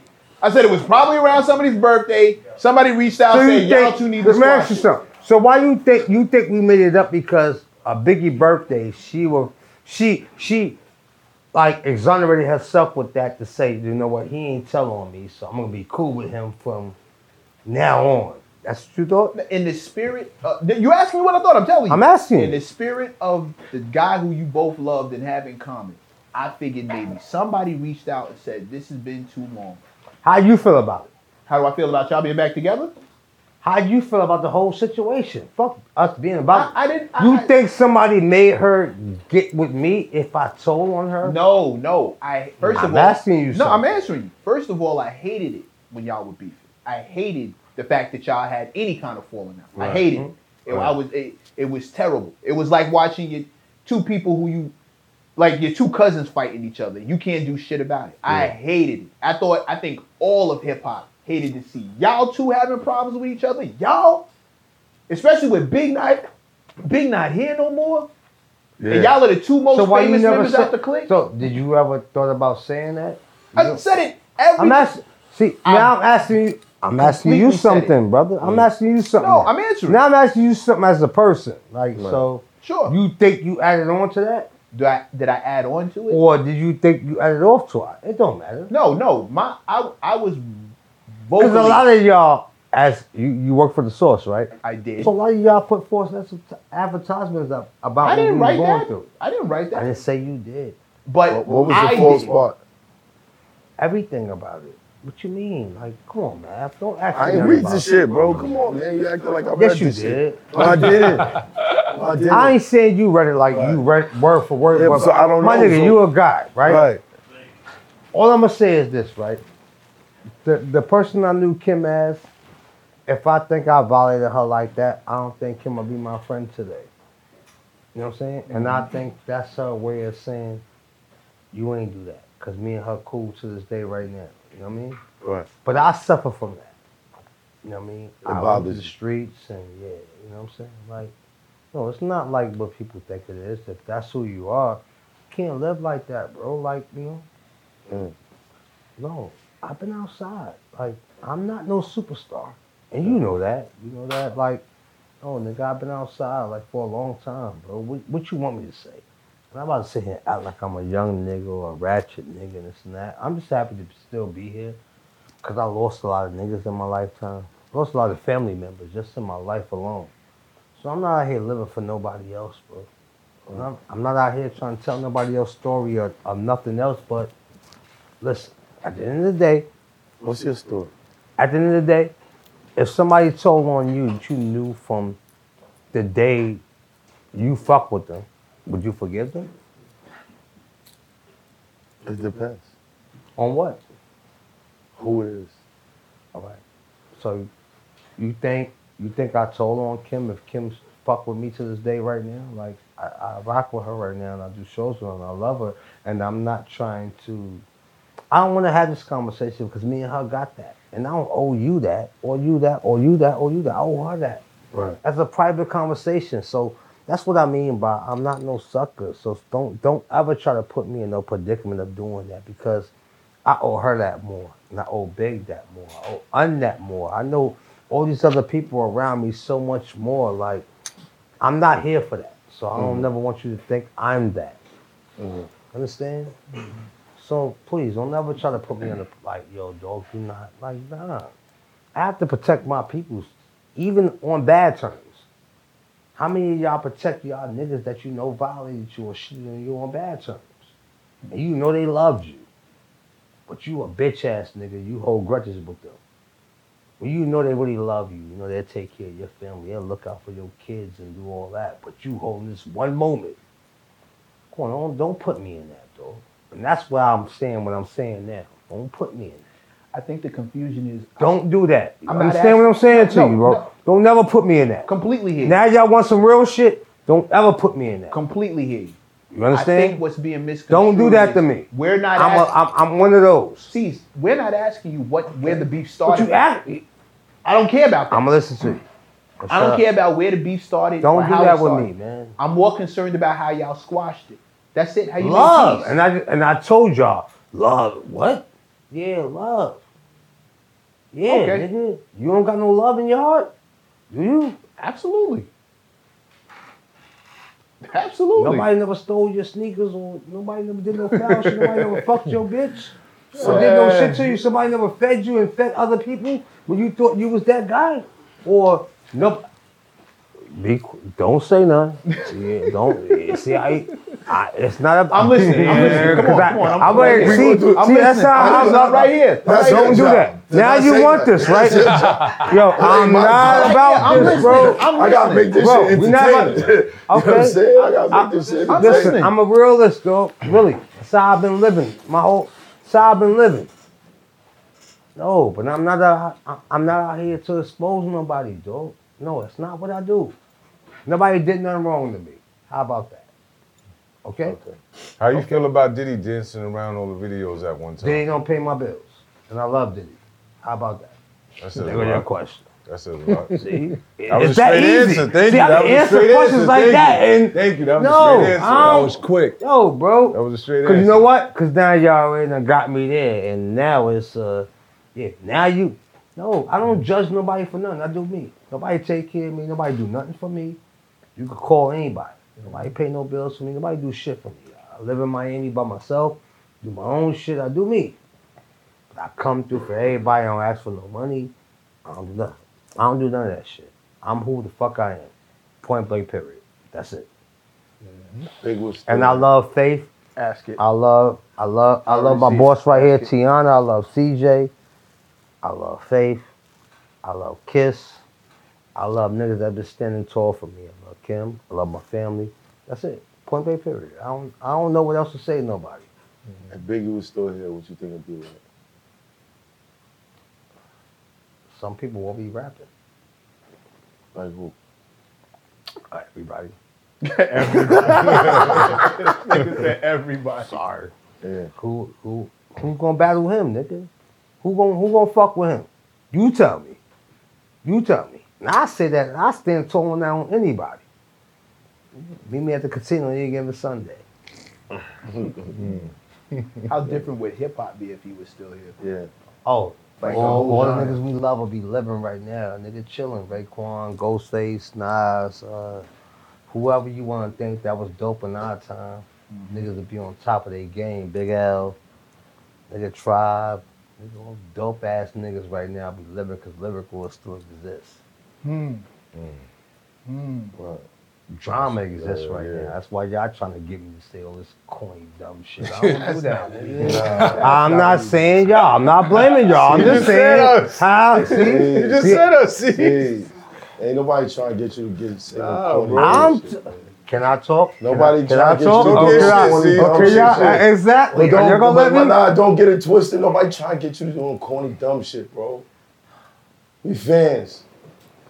Speaker 6: I said it was probably around somebody's birthday. Somebody reached out
Speaker 3: So
Speaker 6: and
Speaker 3: you
Speaker 6: said,
Speaker 3: think-
Speaker 6: "Y'all two need to
Speaker 3: let me ask
Speaker 6: squash
Speaker 3: you
Speaker 6: it."
Speaker 3: something. So why you think you think we made it up because a Biggie birthday? She will. She she like exonerated herself with that to say, you know what? He ain't tell on me, so I'm gonna be cool with him from now on. That's what you thought.
Speaker 6: In the spirit, uh, you asked me what I thought. I'm telling you.
Speaker 3: I'm asking you.
Speaker 6: In the spirit of the guy who you both loved and have in common, I figured maybe somebody reached out and said, "This has been too long."
Speaker 3: How you feel about it?
Speaker 6: How do I feel about y'all being back together?
Speaker 3: How you feel about the whole situation? Fuck us being about.
Speaker 6: I- I didn't-
Speaker 3: You
Speaker 6: I-
Speaker 3: think somebody made her get with me if I told on her?
Speaker 6: No, no. I first
Speaker 3: I'm
Speaker 6: of all,
Speaker 3: asking you
Speaker 6: No,
Speaker 3: something.
Speaker 6: I'm answering you. First of all, I hated it when y'all were beefing. I hated the fact that y'all had any kind of falling out. I hated it.
Speaker 3: Mm-hmm.
Speaker 6: It- I was it, it was terrible. It was like watching your two people who you like your two cousins fighting each other. You can't do shit about it. I hated it. I thought I think all of hip hop hated to see y'all two having problems with each other. Y'all, especially with Big Night, Big Night here no more. And y'all are the two most
Speaker 3: So why you
Speaker 6: famous
Speaker 3: never
Speaker 6: members
Speaker 3: said?
Speaker 6: out the clique.
Speaker 3: So did you ever thought about saying that?
Speaker 6: I said it every.
Speaker 3: I'm asking. See, now I'm asking you. I'm asking you
Speaker 6: completely said
Speaker 3: something, brother. I'm asking you something.
Speaker 6: No,
Speaker 3: now.
Speaker 6: I'm answering.
Speaker 3: Now I'm asking you something as a person. Like, so
Speaker 6: Sure.
Speaker 3: you think you added on to that,
Speaker 6: Do I, did I add on to it?
Speaker 3: or did you think you added off to it? It don't matter.
Speaker 6: no, no. My I I was vocally.
Speaker 3: Because a lot of y'all, as you, you work for the source, right?
Speaker 6: I did.
Speaker 3: So a lot of y'all put forth that's advertisements up about
Speaker 6: I
Speaker 3: what we
Speaker 6: didn't
Speaker 3: was
Speaker 6: write
Speaker 3: going
Speaker 6: that.
Speaker 3: through.
Speaker 6: I didn't write
Speaker 3: I didn't
Speaker 6: that.
Speaker 3: say you did.
Speaker 6: But
Speaker 4: What, what was
Speaker 6: I
Speaker 4: the false
Speaker 6: did.
Speaker 4: part?
Speaker 3: Everything about it. What you mean? Like, come on, man. Don't ask me
Speaker 4: I ain't
Speaker 3: nothing
Speaker 4: read
Speaker 3: about
Speaker 4: this
Speaker 3: it.
Speaker 4: shit, bro. Come on, man. You acting like I read
Speaker 3: Yes, you
Speaker 4: this shit.
Speaker 3: did.
Speaker 4: No,
Speaker 3: [laughs]
Speaker 4: I didn't. No, I didn't.
Speaker 3: I ain't saying you read it like you read word for word.
Speaker 4: Yeah,
Speaker 3: word
Speaker 4: so
Speaker 3: for-
Speaker 4: I don't
Speaker 3: My
Speaker 4: know,
Speaker 3: nigga,
Speaker 4: so-
Speaker 3: you a guy, right?
Speaker 4: right.
Speaker 3: All I'm gonna say is this, right? The the person I knew Kim as, if I think I violated her like that, I don't think Kim will be my friend today. You know what I'm saying? And I
Speaker 4: Mm-hmm.
Speaker 3: think that's her way of saying, you ain't do that, cause me and her cool to this day right now. You know what I mean?
Speaker 4: Right.
Speaker 3: But I suffer from that. You know what I mean? I went
Speaker 4: bothers
Speaker 3: through the
Speaker 4: you.
Speaker 3: streets and yeah, you know what I'm saying? Like, no, it's not like what people think it is. If that's who you are, you can't live like that, bro. Like, you know.
Speaker 4: Mm.
Speaker 3: No, I've been outside. Like, I'm not no superstar. And
Speaker 4: Mm.
Speaker 3: you know that. You know that. Like, oh, nigga, I've been outside like for a long time, bro. What, what you want me to say? And I'm about to sit here and act like I'm a young nigga or a ratchet nigga and this and that. I'm just happy to still be here because I lost a lot of niggas in my lifetime. Lost a lot of family members just in my life alone. So I'm not out here living for nobody else, bro. And I'm, I'm not out here trying to tell nobody else story or, or nothing else but listen, at the end of the day,
Speaker 4: What's your story?
Speaker 3: at the end of the day, if somebody told on you that you knew from the day you fuck with them, would you forgive them?
Speaker 4: It depends.
Speaker 3: On what?
Speaker 4: Who it is.
Speaker 3: All right. So you think you think I told on Kim if Kim's fuck with me to this day right now? Like I, I rock with her right now and I do shows with her and I love her and I'm not trying to I don't want to have this conversation because me and her got that. And I don't owe you that or you that or you that or you that. I owe her that.
Speaker 4: Right.
Speaker 3: That's a private conversation. So that's what I mean by I'm not no sucker. So don't don't ever try to put me in no predicament of doing that because I owe her that more. And I owe Big that more. I owe Un that more. I know all these other people around me so much more. Like I'm not here for that. So I don't never want you to think I'm that. Understand? So please don't ever try to put me in the like, yo, dog, you not like nah. I have to protect my peoples, even on bad terms. How many of y'all protect y'all niggas that you know violated you or shitted on you on bad terms? And you know they loved you. But you a bitch ass nigga, you hold grudges with them. When you know they really love you, you know they'll take care of your family, they'll look out for your kids and do all that. But you holding this one moment. Come on, don't, don't put me in that, dog. And that's why I'm saying what I'm saying now. Don't put me in that.
Speaker 6: I think the confusion is
Speaker 3: Don't do that.
Speaker 6: I'm not
Speaker 3: Understand what I'm saying to
Speaker 6: asking-
Speaker 3: you,
Speaker 6: no,
Speaker 3: bro?
Speaker 6: no.
Speaker 3: Don't never put me in that.
Speaker 6: completely here.
Speaker 3: Now y'all want some real shit? Don't ever put me in that.
Speaker 6: completely here.
Speaker 3: You
Speaker 6: I think
Speaker 3: understand?
Speaker 6: what's being misconstrued.
Speaker 3: Don't do that
Speaker 6: is
Speaker 3: to me.
Speaker 6: We're not.
Speaker 3: I'm, a,
Speaker 6: asking,
Speaker 3: I'm, I'm one of those.
Speaker 6: see, we're not asking you what where the beef
Speaker 3: But
Speaker 6: started.
Speaker 3: you ask me.
Speaker 6: I don't care about that.
Speaker 3: I'm gonna listen to you.
Speaker 6: I don't care about where the beef started.
Speaker 3: Don't
Speaker 6: or
Speaker 3: do
Speaker 6: how
Speaker 3: that
Speaker 6: it
Speaker 3: with
Speaker 6: started.
Speaker 3: me, man.
Speaker 6: I'm more concerned about how y'all squashed it. That's it. How you
Speaker 3: Love,
Speaker 6: made peace.
Speaker 3: and I and I told y'all, love. What? Yeah, love. Yeah,
Speaker 6: Okay.
Speaker 3: nigga. You don't got no love in your heart, do you?
Speaker 6: Absolutely. Absolutely.
Speaker 3: Nobody never stole your sneakers or nobody never did no foul shit. Nobody never fucked your bitch. Or did no shit to you. Somebody never fed you and fed other people when you thought you was that guy. Or no. Be, qu- don't say nothing. Yeah, don't yeah, see. I, I, it's not. A,
Speaker 6: I'm listening, I'm listening. Come on,
Speaker 3: 'cause I,
Speaker 6: come on, I'm-
Speaker 3: I'm, ready.
Speaker 4: I'm
Speaker 3: See,
Speaker 4: listening.
Speaker 3: see, that's how
Speaker 4: I'm
Speaker 3: I'm,
Speaker 4: listening.
Speaker 3: right here.
Speaker 4: That's
Speaker 3: don't
Speaker 4: your
Speaker 3: do
Speaker 4: job.
Speaker 3: that.
Speaker 4: Did
Speaker 3: now
Speaker 4: I
Speaker 3: you
Speaker 4: say
Speaker 3: want
Speaker 4: that?
Speaker 3: this,
Speaker 6: [laughs]
Speaker 3: right? Yo, I'm
Speaker 4: my
Speaker 3: not
Speaker 4: job.
Speaker 3: about
Speaker 6: I'm
Speaker 3: this,
Speaker 6: listening.
Speaker 3: bro.
Speaker 6: I'm
Speaker 4: I gotta
Speaker 6: listening.
Speaker 4: make this
Speaker 3: Bro,
Speaker 4: shit
Speaker 3: we not about-
Speaker 4: entertaining. [laughs] you know what
Speaker 3: Okay.
Speaker 4: I'm saying? I gotta make this shit
Speaker 3: I'm
Speaker 4: entertaining.
Speaker 3: Listen, I'm a realist, dog. Really, that's how I've been living. My whole, that's how I've been living. No, but I'm not. Out, I- I'm not out here to expose nobody, dog. No, that's not what I do. Nobody did nothing wrong to me. How about that? Okay.
Speaker 7: How you feel about Diddy dancing around all the videos at one time?
Speaker 3: Diddy don't pay my bills, and I love Diddy. How about that?
Speaker 7: That says
Speaker 3: There
Speaker 7: a
Speaker 3: go your
Speaker 7: lot.
Speaker 3: question.
Speaker 7: That says
Speaker 3: [laughs]
Speaker 7: a lot.
Speaker 3: See,
Speaker 7: That was
Speaker 3: it's
Speaker 7: a
Speaker 3: that
Speaker 7: straight
Speaker 3: easy.
Speaker 7: answer. Thank
Speaker 3: See,
Speaker 7: you.
Speaker 3: I
Speaker 7: That
Speaker 3: can
Speaker 7: was a
Speaker 3: answer
Speaker 7: straight
Speaker 3: questions
Speaker 7: answer.
Speaker 3: like
Speaker 7: Thank
Speaker 3: that,
Speaker 7: you.
Speaker 3: and
Speaker 7: Thank you. That was
Speaker 3: no,
Speaker 7: a straight answer.
Speaker 3: I
Speaker 7: That
Speaker 3: don't-
Speaker 7: was quick.
Speaker 3: Yo, bro.
Speaker 7: That was a straight
Speaker 3: Cause
Speaker 7: answer.
Speaker 3: you know what? Cause now y'all already done got me there, and now it's uh, yeah. Now you, no, I don't judge nobody for nothing. I do me. Nobody take care of me. Nobody do nothing for me. You could call anybody. Nobody pay no bills for me. Nobody do shit for me. I live in Miami by myself. Do my own shit. I do me. But I come through for everybody. I don't ask for no money. I don't do nothing. I don't do none of that shit. I'm who the fuck I am. Point blank. Period. That's it.
Speaker 4: Big was-
Speaker 3: And I love faith.
Speaker 6: Ask it.
Speaker 3: I love, I love, I love my
Speaker 6: receive
Speaker 3: boss right here,
Speaker 6: it.
Speaker 3: Tiana. I love CJ. I love Faith. I love Kiss. I love niggas that been standing tall for me. I love Kim. I love my family. That's it. Point blank period. I don't, I don't know what else to say to nobody.
Speaker 4: If Biggie was still here, what you think it'd be like?
Speaker 3: Some people won't be rapping.
Speaker 4: Like who?
Speaker 3: Everybody.
Speaker 6: everybody.
Speaker 3: Sorry.
Speaker 4: Yeah.
Speaker 3: Who, who, who gonna battle him, nigga? Who gonna, who gonna fuck with him? You tell me. You tell me. Now I say that, and I stand tall on that on anybody. Meet me at the casino any given Sunday.
Speaker 6: How different would hip hop be if he was still here?
Speaker 4: [laughs] Yeah.
Speaker 3: Oh,
Speaker 6: Like the
Speaker 3: all,
Speaker 6: whole
Speaker 3: all the
Speaker 6: genre.
Speaker 3: niggas we love will be living right now. Nigga chilling, Raekwon, Ghostface, Nas, uh, whoever you want to think that was dope in our time. Niggas will be on top of their game. Big L, nigga Tribe, nigga, all dope ass niggas right now be living because lyrical still exists.
Speaker 6: Hmm. Hmm.
Speaker 4: Right.
Speaker 3: drama exists right now. That's why y'all trying to get me to say all this corny dumb shit. I don't do that. nigga. I'm not saying y'all. I'm not blaming y'all. I'm
Speaker 7: [laughs] You
Speaker 3: just
Speaker 7: just said
Speaker 3: saying
Speaker 7: us.
Speaker 3: how. See,
Speaker 7: You just said us. See?
Speaker 4: Hey, ain't nobody trying to get you to get sick.
Speaker 7: Nah,
Speaker 4: corny
Speaker 7: bro.
Speaker 4: ass
Speaker 3: I'm-
Speaker 4: shit, man.
Speaker 3: Can I talk? Can I-
Speaker 4: Nobody
Speaker 3: Can I
Speaker 4: trying to get
Speaker 3: talk?
Speaker 4: you to
Speaker 3: Okay,
Speaker 4: get
Speaker 3: y'all-
Speaker 4: shit, see? Don't
Speaker 3: okay,
Speaker 4: shit,
Speaker 3: y'all-
Speaker 4: shit.
Speaker 3: exactly.
Speaker 4: But
Speaker 3: Are you
Speaker 4: don't,
Speaker 3: gonna let
Speaker 4: but
Speaker 3: me?
Speaker 4: nah, don't get it twisted. Nobody trying to get you to doing corny dumb shit, bro. We fans.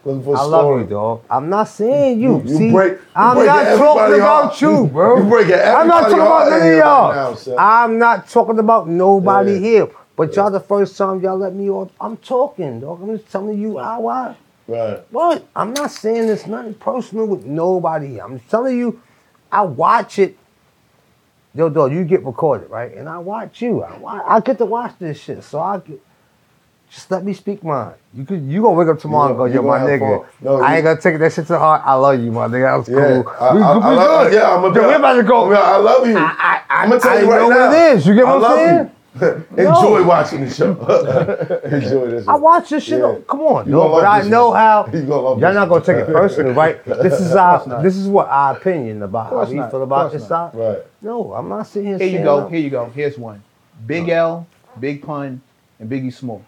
Speaker 4: Looking for a
Speaker 3: I love
Speaker 4: story.
Speaker 3: you, dog. I'm not saying you.
Speaker 4: You
Speaker 3: See,
Speaker 4: break- you
Speaker 3: I'm
Speaker 4: breaking
Speaker 3: not talking
Speaker 4: everybody
Speaker 3: about
Speaker 4: heart.
Speaker 3: you, bro.
Speaker 4: You breaking
Speaker 3: I'm not talking
Speaker 4: everybody
Speaker 3: about
Speaker 4: heart
Speaker 3: none
Speaker 4: in
Speaker 3: of
Speaker 4: here
Speaker 3: y'all.
Speaker 4: right now, son.
Speaker 3: I'm not talking about nobody
Speaker 4: Yeah.
Speaker 3: here. But y'all, the first time y'all let me off, I'm talking, dog. I'm just telling you how I.
Speaker 4: Right.
Speaker 3: But I'm not saying it's nothing personal with nobody. I'm just telling you, I watch it. Yo, dog, you get recorded, right? And I watch you. I, wa- I get to watch this shit, so I get. Just let me speak mine. You could, you gonna wake up tomorrow
Speaker 4: You
Speaker 3: and
Speaker 4: gonna-
Speaker 3: go, yo,
Speaker 4: you
Speaker 3: my
Speaker 4: gonna have
Speaker 3: nigga.
Speaker 4: fun. No,
Speaker 3: I
Speaker 4: you-
Speaker 3: ain't gonna take that shit to heart. I love you, my nigga. That was
Speaker 4: Yeah.
Speaker 3: cool.
Speaker 4: I-
Speaker 3: we
Speaker 4: I-
Speaker 3: we
Speaker 4: I love-
Speaker 3: good.
Speaker 4: Yeah, I'm
Speaker 3: Yo, we about to go.
Speaker 4: Yeah, I love you.
Speaker 3: I, I, I,
Speaker 4: I'm gonna tell
Speaker 3: I
Speaker 4: you right
Speaker 3: know
Speaker 4: now.
Speaker 3: what it is. You get
Speaker 4: I
Speaker 3: what I'm
Speaker 4: love
Speaker 3: saying?
Speaker 4: you. [laughs] Enjoy watching the show. [laughs] Enjoy this.
Speaker 3: I watch this shit.
Speaker 4: Yeah.
Speaker 3: on- Come on,
Speaker 4: You
Speaker 3: dog,
Speaker 4: gonna
Speaker 3: but
Speaker 4: love
Speaker 3: I
Speaker 4: this
Speaker 3: know
Speaker 4: shit.
Speaker 3: how
Speaker 4: [laughs] You gonna love
Speaker 3: y'all
Speaker 4: this
Speaker 3: not gonna take it personal,
Speaker 4: [laughs]
Speaker 3: right? This is our,
Speaker 6: not.
Speaker 3: this is what our opinion about how
Speaker 6: Course
Speaker 3: we
Speaker 6: not.
Speaker 3: feel about
Speaker 6: Course
Speaker 3: this
Speaker 6: not.
Speaker 3: side.
Speaker 4: Right.
Speaker 3: No, I'm not sitting here.
Speaker 6: Here you
Speaker 3: saying
Speaker 6: go.
Speaker 3: I'm-
Speaker 6: Here you go. Here's one. Big L, Big Pun, and Biggie Small.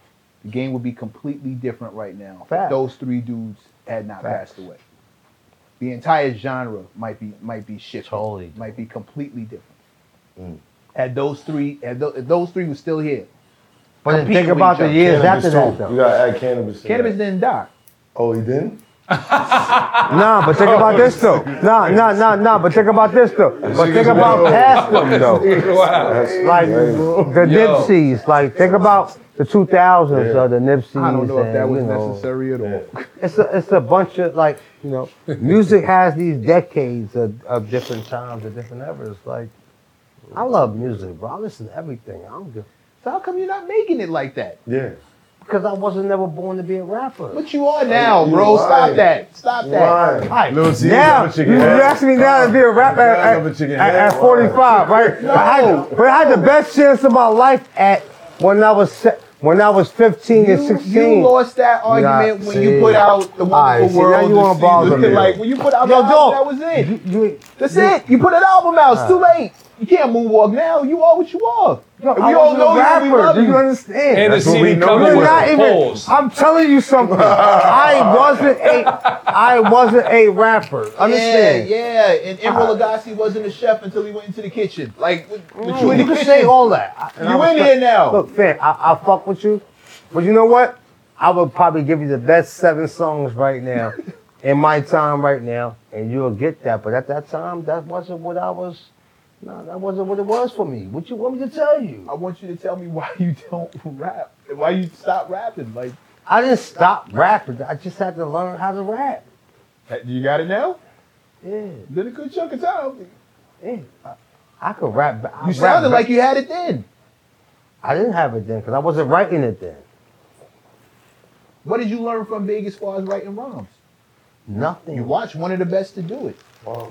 Speaker 6: The game would be completely different right now. if
Speaker 3: Facts.
Speaker 6: Those three dudes had not
Speaker 3: Facts.
Speaker 6: passed away. The entire genre might be might be shifted.
Speaker 3: Totally different. Mm.
Speaker 6: Might be completely different. Had those three, had tho- if those three were still here.
Speaker 3: But then
Speaker 6: competing
Speaker 3: think
Speaker 6: with
Speaker 3: about
Speaker 6: each
Speaker 3: the
Speaker 6: other.
Speaker 3: years
Speaker 4: Cannabis
Speaker 3: after that,
Speaker 4: too.
Speaker 3: though.
Speaker 4: You gotta add cannabis. to
Speaker 6: Cannabis
Speaker 4: that.
Speaker 6: didn't die.
Speaker 4: Oh, he didn't.
Speaker 3: Nah, but think about this though. Nah, nah, nah, nah. But think about this though. But think about past them though. Like the
Speaker 7: Yo.
Speaker 3: Nipseys. Like think about the 2000s or the Nipseys.
Speaker 6: I don't know if
Speaker 3: and,
Speaker 6: that was
Speaker 3: you know,
Speaker 6: necessary at all.
Speaker 3: It's a, it's a bunch of like you know, music has these decades of, of different times and different eras. Like, I love music, bro. I listen to everything. I don't give
Speaker 6: So how come you're not making it like that?
Speaker 4: Yeah.
Speaker 3: because I wasn't never born to be a rapper.
Speaker 6: But you are now, bro.
Speaker 4: You
Speaker 6: Stop
Speaker 4: lying.
Speaker 6: that. Stop that.
Speaker 4: Why?
Speaker 3: Right.
Speaker 7: Little C's
Speaker 3: now,
Speaker 7: have a
Speaker 3: you,
Speaker 7: chicken
Speaker 3: you
Speaker 7: head.
Speaker 3: asked me now to be a rapper
Speaker 7: I
Speaker 3: at,
Speaker 7: have a
Speaker 3: at,
Speaker 7: chicken
Speaker 3: at-
Speaker 7: head.
Speaker 3: at 45, right?
Speaker 6: [laughs]
Speaker 3: But I, had, but I had the best chance of my life at when I was se- when I was 15 and
Speaker 6: You,
Speaker 3: 16.
Speaker 6: you lost that argument when
Speaker 3: see.
Speaker 6: you put out the wonderful
Speaker 3: All right, see, now
Speaker 6: world.
Speaker 3: you
Speaker 6: the
Speaker 3: wanna bother
Speaker 6: season.
Speaker 3: me.
Speaker 6: Like when you put out
Speaker 3: Yo,
Speaker 6: the
Speaker 3: dog.
Speaker 6: album, that was it.
Speaker 3: You- you- Uh.
Speaker 6: That's it. You put an album out. It's too late. You can't moonwalk now. You are what you are.
Speaker 3: Yo,
Speaker 6: And
Speaker 3: I
Speaker 6: we all
Speaker 3: wasn't a
Speaker 6: know you. and We
Speaker 3: rapper.
Speaker 6: love
Speaker 3: Do
Speaker 6: you.
Speaker 3: you understand?
Speaker 8: And the
Speaker 7: what we
Speaker 8: CD
Speaker 7: know
Speaker 8: cover
Speaker 7: it
Speaker 3: You're
Speaker 8: was
Speaker 3: not
Speaker 8: a
Speaker 3: even-
Speaker 8: pause.
Speaker 3: I'm telling you something. I wasn't a I wasn't a rapper. Understand?
Speaker 6: [laughs]
Speaker 3: Uh.
Speaker 6: Yeah, yeah. And Emeril Lagasse wasn't a chef until he went into the kitchen. Like, but you in
Speaker 3: You
Speaker 6: the
Speaker 3: can
Speaker 6: kitchen.
Speaker 3: say all that. I- and I
Speaker 6: you in
Speaker 3: respect-
Speaker 6: here now.
Speaker 3: Look, fam, I, I fuck with you, but you know what? I would probably give you the best seven songs right now,
Speaker 6: [laughs]
Speaker 3: in my time right now, and you'll get that. But at that time, that wasn't what I was. No, that wasn't what it was for me. What you want me to tell you?
Speaker 6: I want you to tell me why you don't [laughs] rap. Why you stop rapping? Like,
Speaker 3: I didn't stop rapping. I just had to learn how to rap.
Speaker 6: Uh, you got it now.
Speaker 3: Yeah,
Speaker 6: Did a good chunk of time.
Speaker 3: yeah. I, I could rap. but I
Speaker 6: You
Speaker 3: rap
Speaker 6: sounded
Speaker 3: ba-
Speaker 6: like you had it then.
Speaker 3: I didn't have it then because I wasn't writing it then.
Speaker 6: What did you learn from Big as far as writing rhymes?
Speaker 3: Nothing.
Speaker 6: You watch one of the best to do it.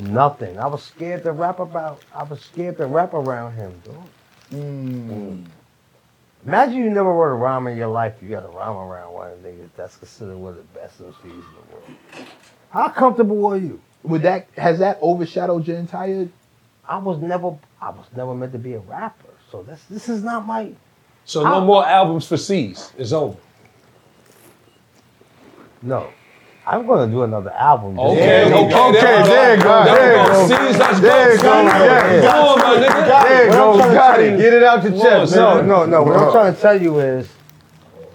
Speaker 3: Nothing. I was scared to rap about. I was scared to rap around him, dog.
Speaker 8: Hmm.
Speaker 3: Imagine you never wrote a rhyme in your life. You got a rhyme around one of the niggas that's considered one of the best MCs in the world. How comfortable are you?
Speaker 6: Would that has that overshadowed your entire?
Speaker 3: I was never. I was never meant to be a rapper. So this this is not my.
Speaker 8: So no more albums for C's. It's over.
Speaker 3: No, I'm gonna do another album. just-
Speaker 8: Okay,
Speaker 7: Yeah,
Speaker 8: okay,
Speaker 7: okay, there
Speaker 8: there
Speaker 7: you
Speaker 8: we
Speaker 7: go,
Speaker 8: go.
Speaker 7: there you
Speaker 8: There we
Speaker 7: go.
Speaker 8: go. C's, let's go.
Speaker 7: There you go,
Speaker 8: Come
Speaker 7: yeah.
Speaker 8: on, my nigga.
Speaker 7: There you
Speaker 3: What I'm
Speaker 7: go.
Speaker 3: trying to
Speaker 7: Got
Speaker 3: tell
Speaker 7: it.
Speaker 3: you-
Speaker 7: Get it out your chest.
Speaker 3: No,
Speaker 7: man.
Speaker 3: no, no. What I'm trying to tell you is,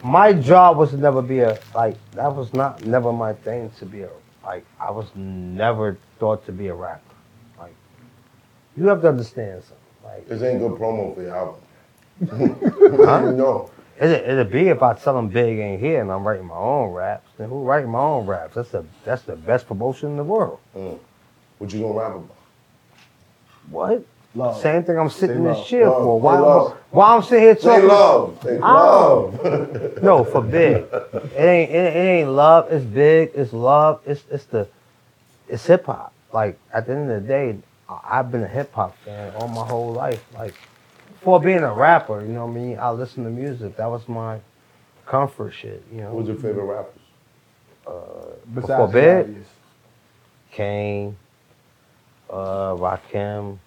Speaker 3: my job was to never be a like. That was not never my thing to be a like. I was never thought to be a rapper. Like, you have to understand something. Like,
Speaker 4: This ain't good promo for your album. [laughs] no.
Speaker 3: it'd, it'd be if I tell them big ain't here and I'm writing my own raps. Then who writing my own raps? That's the that's the best promotion in the world.
Speaker 4: What you gonna rap about?
Speaker 3: What?
Speaker 6: Love.
Speaker 3: Same thing. I'm sitting in
Speaker 6: They
Speaker 3: this
Speaker 6: love.
Speaker 3: chair
Speaker 4: Love.
Speaker 3: for.
Speaker 4: They
Speaker 3: Why? I'm,
Speaker 4: love.
Speaker 3: why I'm sitting here talking?
Speaker 4: They love. They love. [laughs]
Speaker 3: No, for big. It ain't it, it ain't love. It's big. It's love. It's it's the it's hip hop. Like at the end of the day, I, I've been a hip hop fan all my whole life. Like for being a rapper, you know what I mean. I listen to music. That was my comfort shit. You know,
Speaker 4: Who's your favorite rappers?
Speaker 6: Besides
Speaker 3: bed?
Speaker 6: the obvious?
Speaker 3: Kane, uh, Rakim.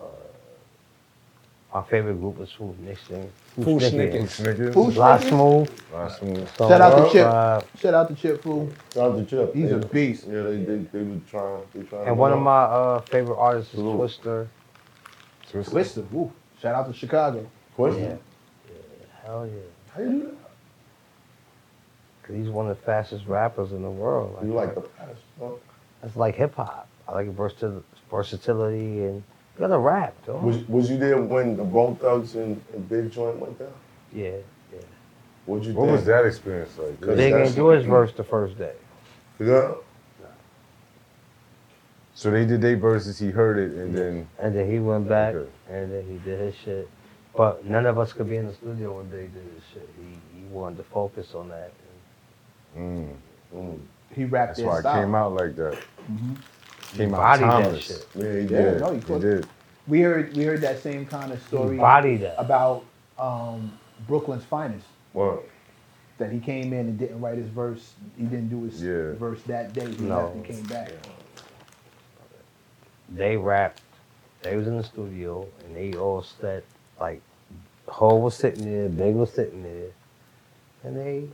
Speaker 3: Uh, my favorite group is Food Nixon.
Speaker 7: Food Snickers, nigga.
Speaker 3: Food Lot Smooth.
Speaker 7: Lot Smooth.
Speaker 6: Shout out to Chip.
Speaker 3: Uh,
Speaker 6: Shout out to Chip Fool.
Speaker 4: Shout out to Chip.
Speaker 6: He's
Speaker 4: yeah.
Speaker 6: a beast.
Speaker 4: Yeah, they, they, they were trying. They trying
Speaker 3: and one
Speaker 4: to
Speaker 3: of my uh, favorite artists is Twister.
Speaker 6: Twister. Ooh. Shout out to Chicago.
Speaker 4: questions.
Speaker 3: Hell yeah.
Speaker 4: How you do that?
Speaker 3: 'Cause he's one of the fastest rappers in the world.
Speaker 4: You like the past? huh?
Speaker 3: It's like hip hop. I like versatil- versatility and you gotta rap, dog.
Speaker 4: Was, was you there when the Bone Thugs and, and Big Joint went down?
Speaker 3: yeah, yeah.
Speaker 4: What'd you
Speaker 7: What
Speaker 4: think?
Speaker 7: was that experience like?
Speaker 4: Cause
Speaker 3: They
Speaker 4: that's-
Speaker 3: didn't do his verse the first day.
Speaker 4: Yeah.
Speaker 7: So they did their verses. He heard it, and then
Speaker 3: And then he went back
Speaker 7: Okay.
Speaker 3: and then he did his shit. But none of us could be in the studio when they did his shit. He, he wanted to focus on that.
Speaker 7: mm,
Speaker 6: He rapped
Speaker 7: that's
Speaker 6: that
Speaker 7: why it
Speaker 6: style.
Speaker 7: came out like that. Came out
Speaker 3: Bodied that
Speaker 7: timeless.
Speaker 3: shit.
Speaker 4: Yeah, he
Speaker 6: Yeah,
Speaker 4: did.
Speaker 6: no, he
Speaker 7: he
Speaker 6: cooked.
Speaker 7: did.
Speaker 6: We heard we heard that same kind of story
Speaker 3: Body that.
Speaker 6: about um, Brooklyn's finest.
Speaker 4: What?
Speaker 6: That he came in and didn't write his verse. He didn't do his
Speaker 7: Yeah.
Speaker 6: verse that day. He
Speaker 3: No.
Speaker 6: left and came back.
Speaker 3: They rapped. They was in the studio and they all sat like Ho was sitting there, Big was sitting there, and they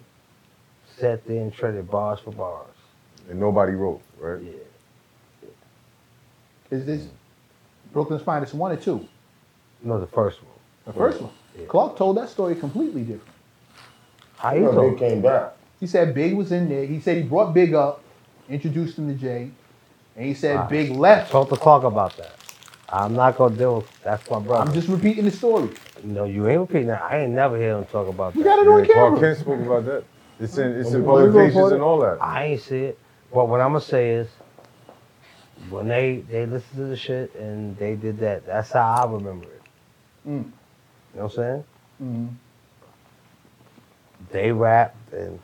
Speaker 3: sat there and traded bars for bars.
Speaker 7: And nobody wrote, right?
Speaker 3: Yeah.
Speaker 6: Is this Brooklyn's finest one or two?
Speaker 3: No, the first one.
Speaker 6: The first one.
Speaker 3: Yeah.
Speaker 6: Clark told that story completely different.
Speaker 3: How
Speaker 4: You
Speaker 3: you
Speaker 4: know,
Speaker 3: doing?
Speaker 4: they came back.
Speaker 6: He said Big was in there. He said he brought Big up, introduced him to Jay, and he said
Speaker 7: Ah.
Speaker 3: Wow.
Speaker 6: Big
Speaker 3: I
Speaker 6: left.
Speaker 3: told the clock about that. I'm not gonna deal with that's my brother.
Speaker 6: I'm just repeating the story.
Speaker 3: no, you ain't repeating that. I ain't never hear him talk about
Speaker 6: You
Speaker 3: that.
Speaker 6: got it on
Speaker 7: Yeah, Paul
Speaker 6: camera.
Speaker 7: Kent Oh, spoke about that. It's in it's in
Speaker 4: Well, we
Speaker 7: publications
Speaker 4: recorded-
Speaker 7: and all that.
Speaker 3: I ain't see it. But what I'm gonna say is, when they they listened to the shit and they did that, that's how I remember it.
Speaker 6: Mm.
Speaker 3: You know what I'm saying?
Speaker 6: Mhm.
Speaker 3: They rapped and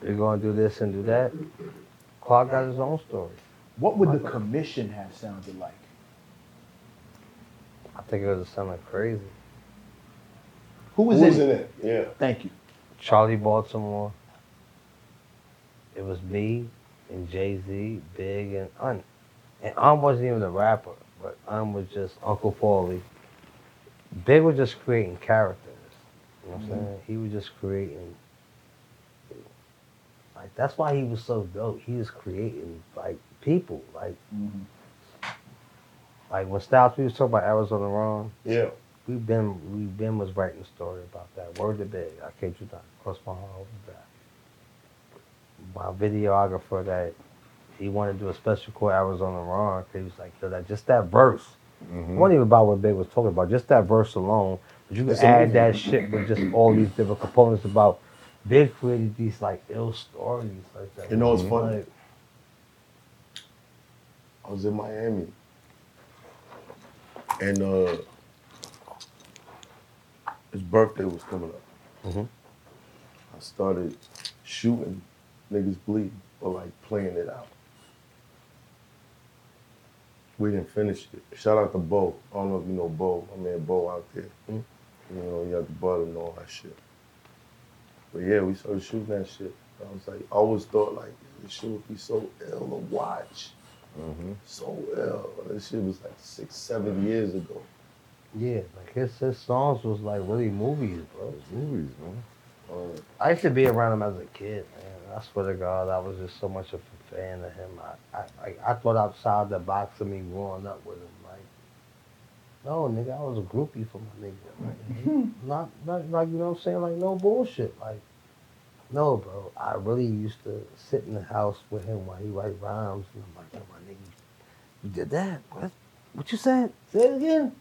Speaker 3: they're gonna do this and do that. Clark got his own story.
Speaker 6: What would the commission have sounded like?
Speaker 3: I think it was sounding crazy.
Speaker 6: Who was
Speaker 4: Who
Speaker 6: in,
Speaker 4: was
Speaker 6: it?
Speaker 4: in it? Yeah.
Speaker 6: Thank you.
Speaker 3: Charlie Baltimore. It was me and Jay Z, Big and Un. And Un wasn't even a rapper, but Un was just Uncle Paulie. Big was just creating characters. You know what I'm saying? He was just creating. Like that's why he was so dope. He was creating like people. Like like when Styles we was talking about Arizona Wrong,
Speaker 4: Yeah.
Speaker 3: we been we been was writing a story about that. Word to big, I can't you not. Cross my heart over that. My videographer that he wanted to do a special called Arizona Ron, 'cause he was like, yo, that just that verse.
Speaker 4: Mm-hmm.
Speaker 3: It wasn't even about what Big was talking about, just that verse alone. But you could
Speaker 4: a
Speaker 3: add
Speaker 4: movie.
Speaker 3: that shit with just all these different components about Big created these like ill stories like that.
Speaker 4: You know what's
Speaker 3: Like,
Speaker 4: funny? I was in Miami. And uh his birthday was coming up.
Speaker 9: Mm-hmm.
Speaker 4: I started shooting niggas bleed, but like playing it out. We didn't finish it. Shout out to Bo. I don't know if you know Bo. My man Bo out there.
Speaker 9: Mm-hmm.
Speaker 4: You know, he got the butter and all that shit. But yeah, we started shooting that shit. I was like, I always thought like this shit would be so ill to watch. So ill. This shit was like six, seven years ago.
Speaker 3: Yeah, like his his songs was like really movies, bro.
Speaker 7: Movies, man.
Speaker 4: Uh,
Speaker 3: I used to be around him as a kid, man. I swear to God, I was just so much of a fan of him. I, I, I, I thought outside the box of me growing up with him. Like, no, nigga, I was a groupie for my nigga.
Speaker 7: [laughs]
Speaker 3: Like, not, not, like, you know what I'm saying? Like, no bullshit. Like, no, bro. I really used to sit in the house with him while he write rhymes. And I'm like, oh, my nigga, you did that? What, what you said? Say it again.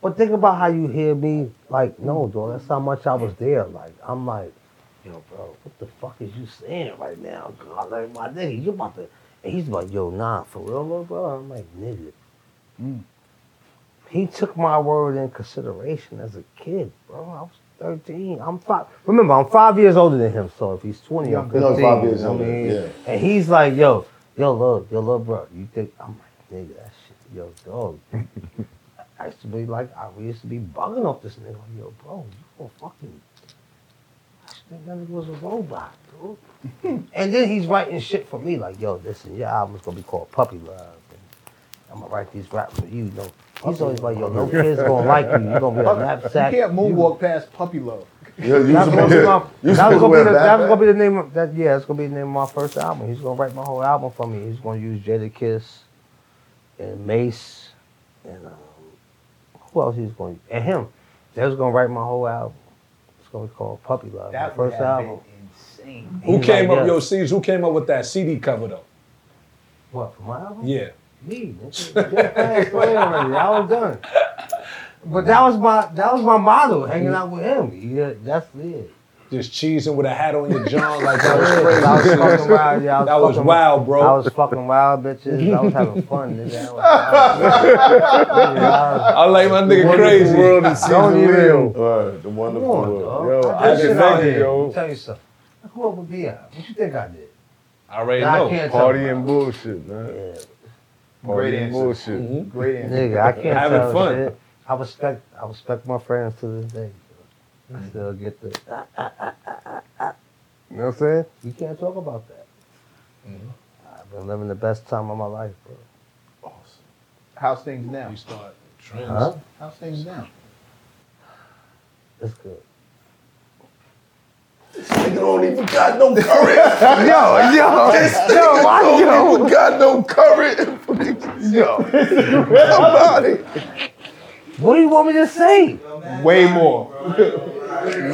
Speaker 3: But think about how you hear me, like, no, dog, that's how much I was there. Like, I'm like, yo, bro, what the fuck is you saying right now? God, like, my nigga, you about to. And he's like, yo, nah, for real, little bro? I'm like, nigga.
Speaker 6: Mm.
Speaker 3: He took my word in consideration as a kid, bro. I was 13. I'm five. Remember, I'm five years older than him, so if he's 20, I'm 15.
Speaker 4: Yeah, no, five years
Speaker 3: you know what I
Speaker 4: older,
Speaker 3: mean?
Speaker 4: yeah.
Speaker 3: And he's like, yo, yo, look, yo, little bro, you think, I'm like, nigga, that shit, yo,
Speaker 4: [laughs]
Speaker 3: dog. I used to be like, I we used to be bugging off this nigga. Like, yo, bro, you gonna fucking. I should Think that nigga was a robot, dude. "Oh, and then he's writing shit for me like, yo, listen, your album's gonna be called Puppy Love. And I'm gonna write these raps for you. No, he's always like, yo, no kids gonna like you. You're gonna be a knapsack.
Speaker 6: You can't moonwalk past puppy love.
Speaker 4: Yeah, you
Speaker 3: That was
Speaker 4: supposed
Speaker 3: gonna be
Speaker 4: to-
Speaker 3: my-
Speaker 4: [laughs] you
Speaker 3: that was
Speaker 4: supposed to
Speaker 3: gonna be
Speaker 4: wear
Speaker 3: the-
Speaker 4: a
Speaker 3: that was
Speaker 4: backpack.
Speaker 3: gonna be the name of that. Yeah, it's gonna be the name of my first album. He's gonna write my whole album for me. He's gonna use Jada Kiss and Mace and um, who else he's going to and him. They was gonna write my whole album. It's gonna be called Puppy Love. my
Speaker 6: That
Speaker 3: first
Speaker 6: would have been
Speaker 3: album.
Speaker 6: insane.
Speaker 9: Who
Speaker 3: He's
Speaker 9: came
Speaker 3: like,
Speaker 9: up,
Speaker 3: yeah.
Speaker 9: yo, C's, who came up with that CD cover though?
Speaker 3: What for my album?
Speaker 9: Yeah.
Speaker 3: Me. nigga. [laughs] Get past play already. I was done. But that was my that was my motto, hanging out with him. Yeah, that's it.
Speaker 9: Just cheesing with a hat on your
Speaker 3: [laughs]
Speaker 9: john like
Speaker 3: I
Speaker 9: that was
Speaker 4: [laughs]
Speaker 9: crazy.
Speaker 3: was fucking wild, yeah, I
Speaker 9: That was
Speaker 3: fucking-
Speaker 9: wild, bro.
Speaker 3: I was fucking wild, bitches. I was having fun, nigga. I was- I was-
Speaker 9: I like my nigga crazy.
Speaker 4: World
Speaker 6: [laughs]
Speaker 4: and season
Speaker 3: even-
Speaker 4: wheel. Alright, the
Speaker 3: Come
Speaker 4: wonderful
Speaker 3: on,
Speaker 4: world.
Speaker 3: dog.
Speaker 4: [laughs] Yo,
Speaker 3: I
Speaker 4: I
Speaker 3: did shit
Speaker 4: can
Speaker 3: out
Speaker 4: thank you,
Speaker 3: here. Let me
Speaker 4: yo.
Speaker 3: Tell you something. I grew up with B.I. What you think I did?
Speaker 9: I already
Speaker 3: Nah, I
Speaker 9: know.
Speaker 3: can't
Speaker 4: Party
Speaker 3: tell
Speaker 4: and bullshit, man.
Speaker 3: Yeah. Oh,
Speaker 4: Party
Speaker 6: Great
Speaker 4: and
Speaker 6: answer.
Speaker 4: bullshit.
Speaker 6: Great answer.
Speaker 3: Nigga, I can't
Speaker 9: Having
Speaker 3: tell
Speaker 9: fun.
Speaker 3: shit. I respect I respect my friends to this day. I still get the ah,
Speaker 4: You know what I'm saying?
Speaker 3: You can't talk about that.
Speaker 6: Mm-hmm.
Speaker 3: I've been living the best time of my life, bro.
Speaker 6: How's things now?
Speaker 9: You start trends.
Speaker 3: Huh?
Speaker 6: How's things now?
Speaker 3: It's good.
Speaker 4: Nigga don't even got no
Speaker 6: [laughs]
Speaker 4: current.
Speaker 3: Yo, yo, yo, why yo?
Speaker 4: don't even got no current. [laughs] yo, somebody.
Speaker 3: What do you want me to say?
Speaker 6: Way more.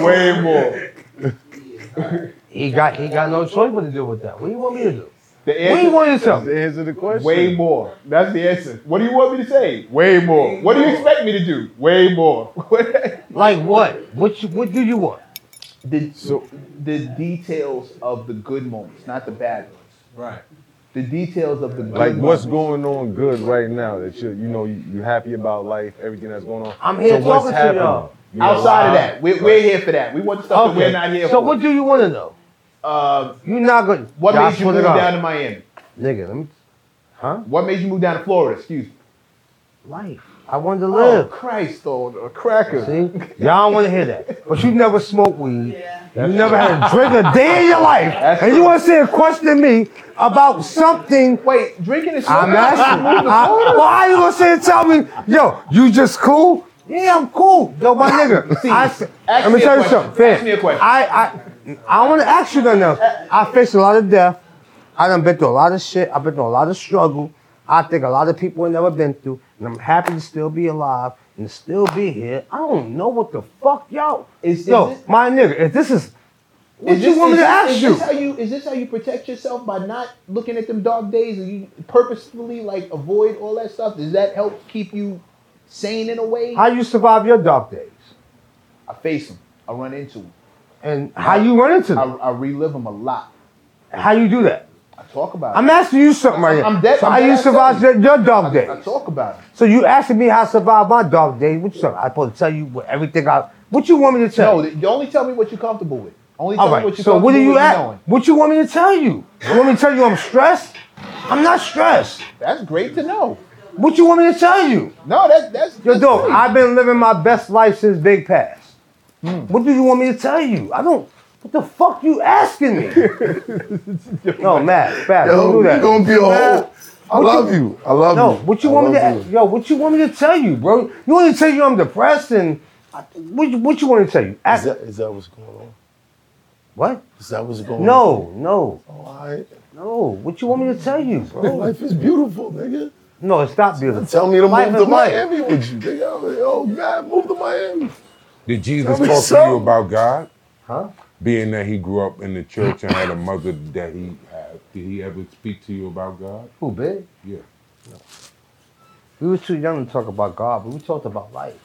Speaker 6: Way more.
Speaker 3: He got he got no choice what to do with that. What do you want me to do?
Speaker 6: The
Speaker 3: What do you
Speaker 6: answer,
Speaker 3: want me to tell?
Speaker 4: That's the answer to the question.
Speaker 6: way more. That's the answer. What do you want me to say? Way more. What do you expect me to do? Way more. [laughs]
Speaker 3: Like what? What you, what do you want?
Speaker 6: the, the details of the good moments, not the bad ones.
Speaker 9: Right.
Speaker 6: The details of the good
Speaker 4: Like what's going
Speaker 6: moments.
Speaker 4: on good right now that you you know you, you happy about life, everything that's going on.
Speaker 3: I'm here
Speaker 4: so what's
Speaker 3: talking to
Speaker 4: happening?
Speaker 3: y'all.
Speaker 4: You know,
Speaker 6: outside of
Speaker 4: I-
Speaker 6: that? We're, we're here for that. We want the stuff that we're not here
Speaker 3: So
Speaker 6: for.
Speaker 3: what do you want to know?
Speaker 6: Uh,
Speaker 3: You're not good.
Speaker 6: what
Speaker 3: Y'all
Speaker 6: made you
Speaker 3: swear to
Speaker 6: move
Speaker 3: God.
Speaker 6: down to Miami?
Speaker 3: Nigga, let me.
Speaker 6: What made you move down to Florida? Excuse me.
Speaker 3: Life. I wanted to
Speaker 6: Oh,
Speaker 3: live.
Speaker 6: Christ, old a cracker.
Speaker 3: See, y'all don't want to hear that, but you never smoked weed. You never had a drink a day in your life, and you want to sit and question me about something.
Speaker 6: Wait, drinking is
Speaker 3: I'm asking. I, why you gonna sit and tell me, yo, you just cool? Yeah, I'm cool, yo, my [laughs] nigga.
Speaker 6: See,
Speaker 3: I,
Speaker 6: ask
Speaker 3: let me
Speaker 6: me a
Speaker 3: tell you
Speaker 6: question.
Speaker 3: something, fam.
Speaker 6: Ask me a question.
Speaker 3: I, I, I don't want to ask you nothing else. I faced a lot of death. I done been through a lot of shit. I've been through a lot of struggle. I think a lot of people have never been through, and I'm happy to still be alive and still be here. I don't know what the fuck, yo.
Speaker 6: Is- is
Speaker 3: yo,
Speaker 6: it-
Speaker 3: my nigga, if this is what
Speaker 6: Is
Speaker 3: you
Speaker 6: this-
Speaker 3: want me
Speaker 6: is
Speaker 3: to
Speaker 6: this-
Speaker 3: ask
Speaker 6: is
Speaker 3: you?
Speaker 6: This how you? Is this how you protect yourself by not looking at them dark days and you purposefully like avoid all that stuff? Does that help keep you sane in a way?
Speaker 3: How you survive your dark days,
Speaker 6: I face them. I run into them.
Speaker 3: and how you run into
Speaker 6: I,
Speaker 3: them?
Speaker 6: I relive them a lot.
Speaker 3: How you do that?
Speaker 6: I talk about
Speaker 3: I'm
Speaker 6: it.
Speaker 3: asking you something right
Speaker 6: I'm-
Speaker 3: now.
Speaker 6: I'm dead-
Speaker 3: So
Speaker 6: I'm
Speaker 3: how
Speaker 6: dead
Speaker 3: you
Speaker 6: ass
Speaker 3: survive your,
Speaker 6: serious.
Speaker 3: your dog
Speaker 6: I,
Speaker 3: days?
Speaker 6: I talk about it.
Speaker 3: So you asking me how I survived my dog days? What you talking- I supposed to tell you what everything I? What you want me to tell?
Speaker 6: No,
Speaker 3: you?
Speaker 6: th- you only tell me what you're comfortable with. Only tell
Speaker 3: All
Speaker 6: me what
Speaker 3: right.
Speaker 6: you're
Speaker 3: So
Speaker 6: comfortable
Speaker 3: what are you
Speaker 6: with
Speaker 3: at?
Speaker 6: knowing.
Speaker 3: What you want me to tell you? You want me to tell you I'm stressed? I'm not stressed.
Speaker 6: That's great to know.
Speaker 3: What you want me to tell you?
Speaker 6: No, that's that's
Speaker 3: Yo,
Speaker 6: that's
Speaker 3: dog,
Speaker 6: great.
Speaker 3: I've been living my best life since Big Pass.
Speaker 6: Hmm.
Speaker 3: What do you want me to tell you? I don't. What the fuck you asking
Speaker 6: [laughs]
Speaker 3: me? no, Matt, Matt,
Speaker 4: Yo,
Speaker 3: don't do that.
Speaker 4: you gonna be a
Speaker 3: Matt,
Speaker 4: whole. I
Speaker 3: what
Speaker 4: love you. I love
Speaker 3: No,
Speaker 4: you.
Speaker 3: what you
Speaker 4: I
Speaker 3: want me to
Speaker 4: love
Speaker 3: yo? What you want me to tell you, bro? You want me to tell you I'm depressed and I, what? you- What you want me to tell you?
Speaker 4: Is
Speaker 3: Ask,
Speaker 4: that, is that what's going on?
Speaker 3: what?
Speaker 4: Is that what's going on?
Speaker 3: No, no,
Speaker 4: No. All right.
Speaker 3: no. What you want me to tell you,
Speaker 4: Bro,
Speaker 3: bro?
Speaker 4: life is beautiful, nigga.
Speaker 3: No, it's not beautiful.
Speaker 4: Tell me to
Speaker 3: Life
Speaker 4: move
Speaker 3: is
Speaker 4: to
Speaker 3: life.
Speaker 4: Miami with you, nigga. I'm like, oh God, move to Miami.
Speaker 10: Did
Speaker 4: Tell
Speaker 10: Jesus
Speaker 4: me
Speaker 10: talk to you
Speaker 4: something.
Speaker 10: about God?
Speaker 3: Huh?
Speaker 10: Being that he grew up in the church and had a mother that he had, did he ever speak to you about God?
Speaker 3: Who, big?
Speaker 10: Yeah.
Speaker 3: We was too young to talk about God, but we talked about life.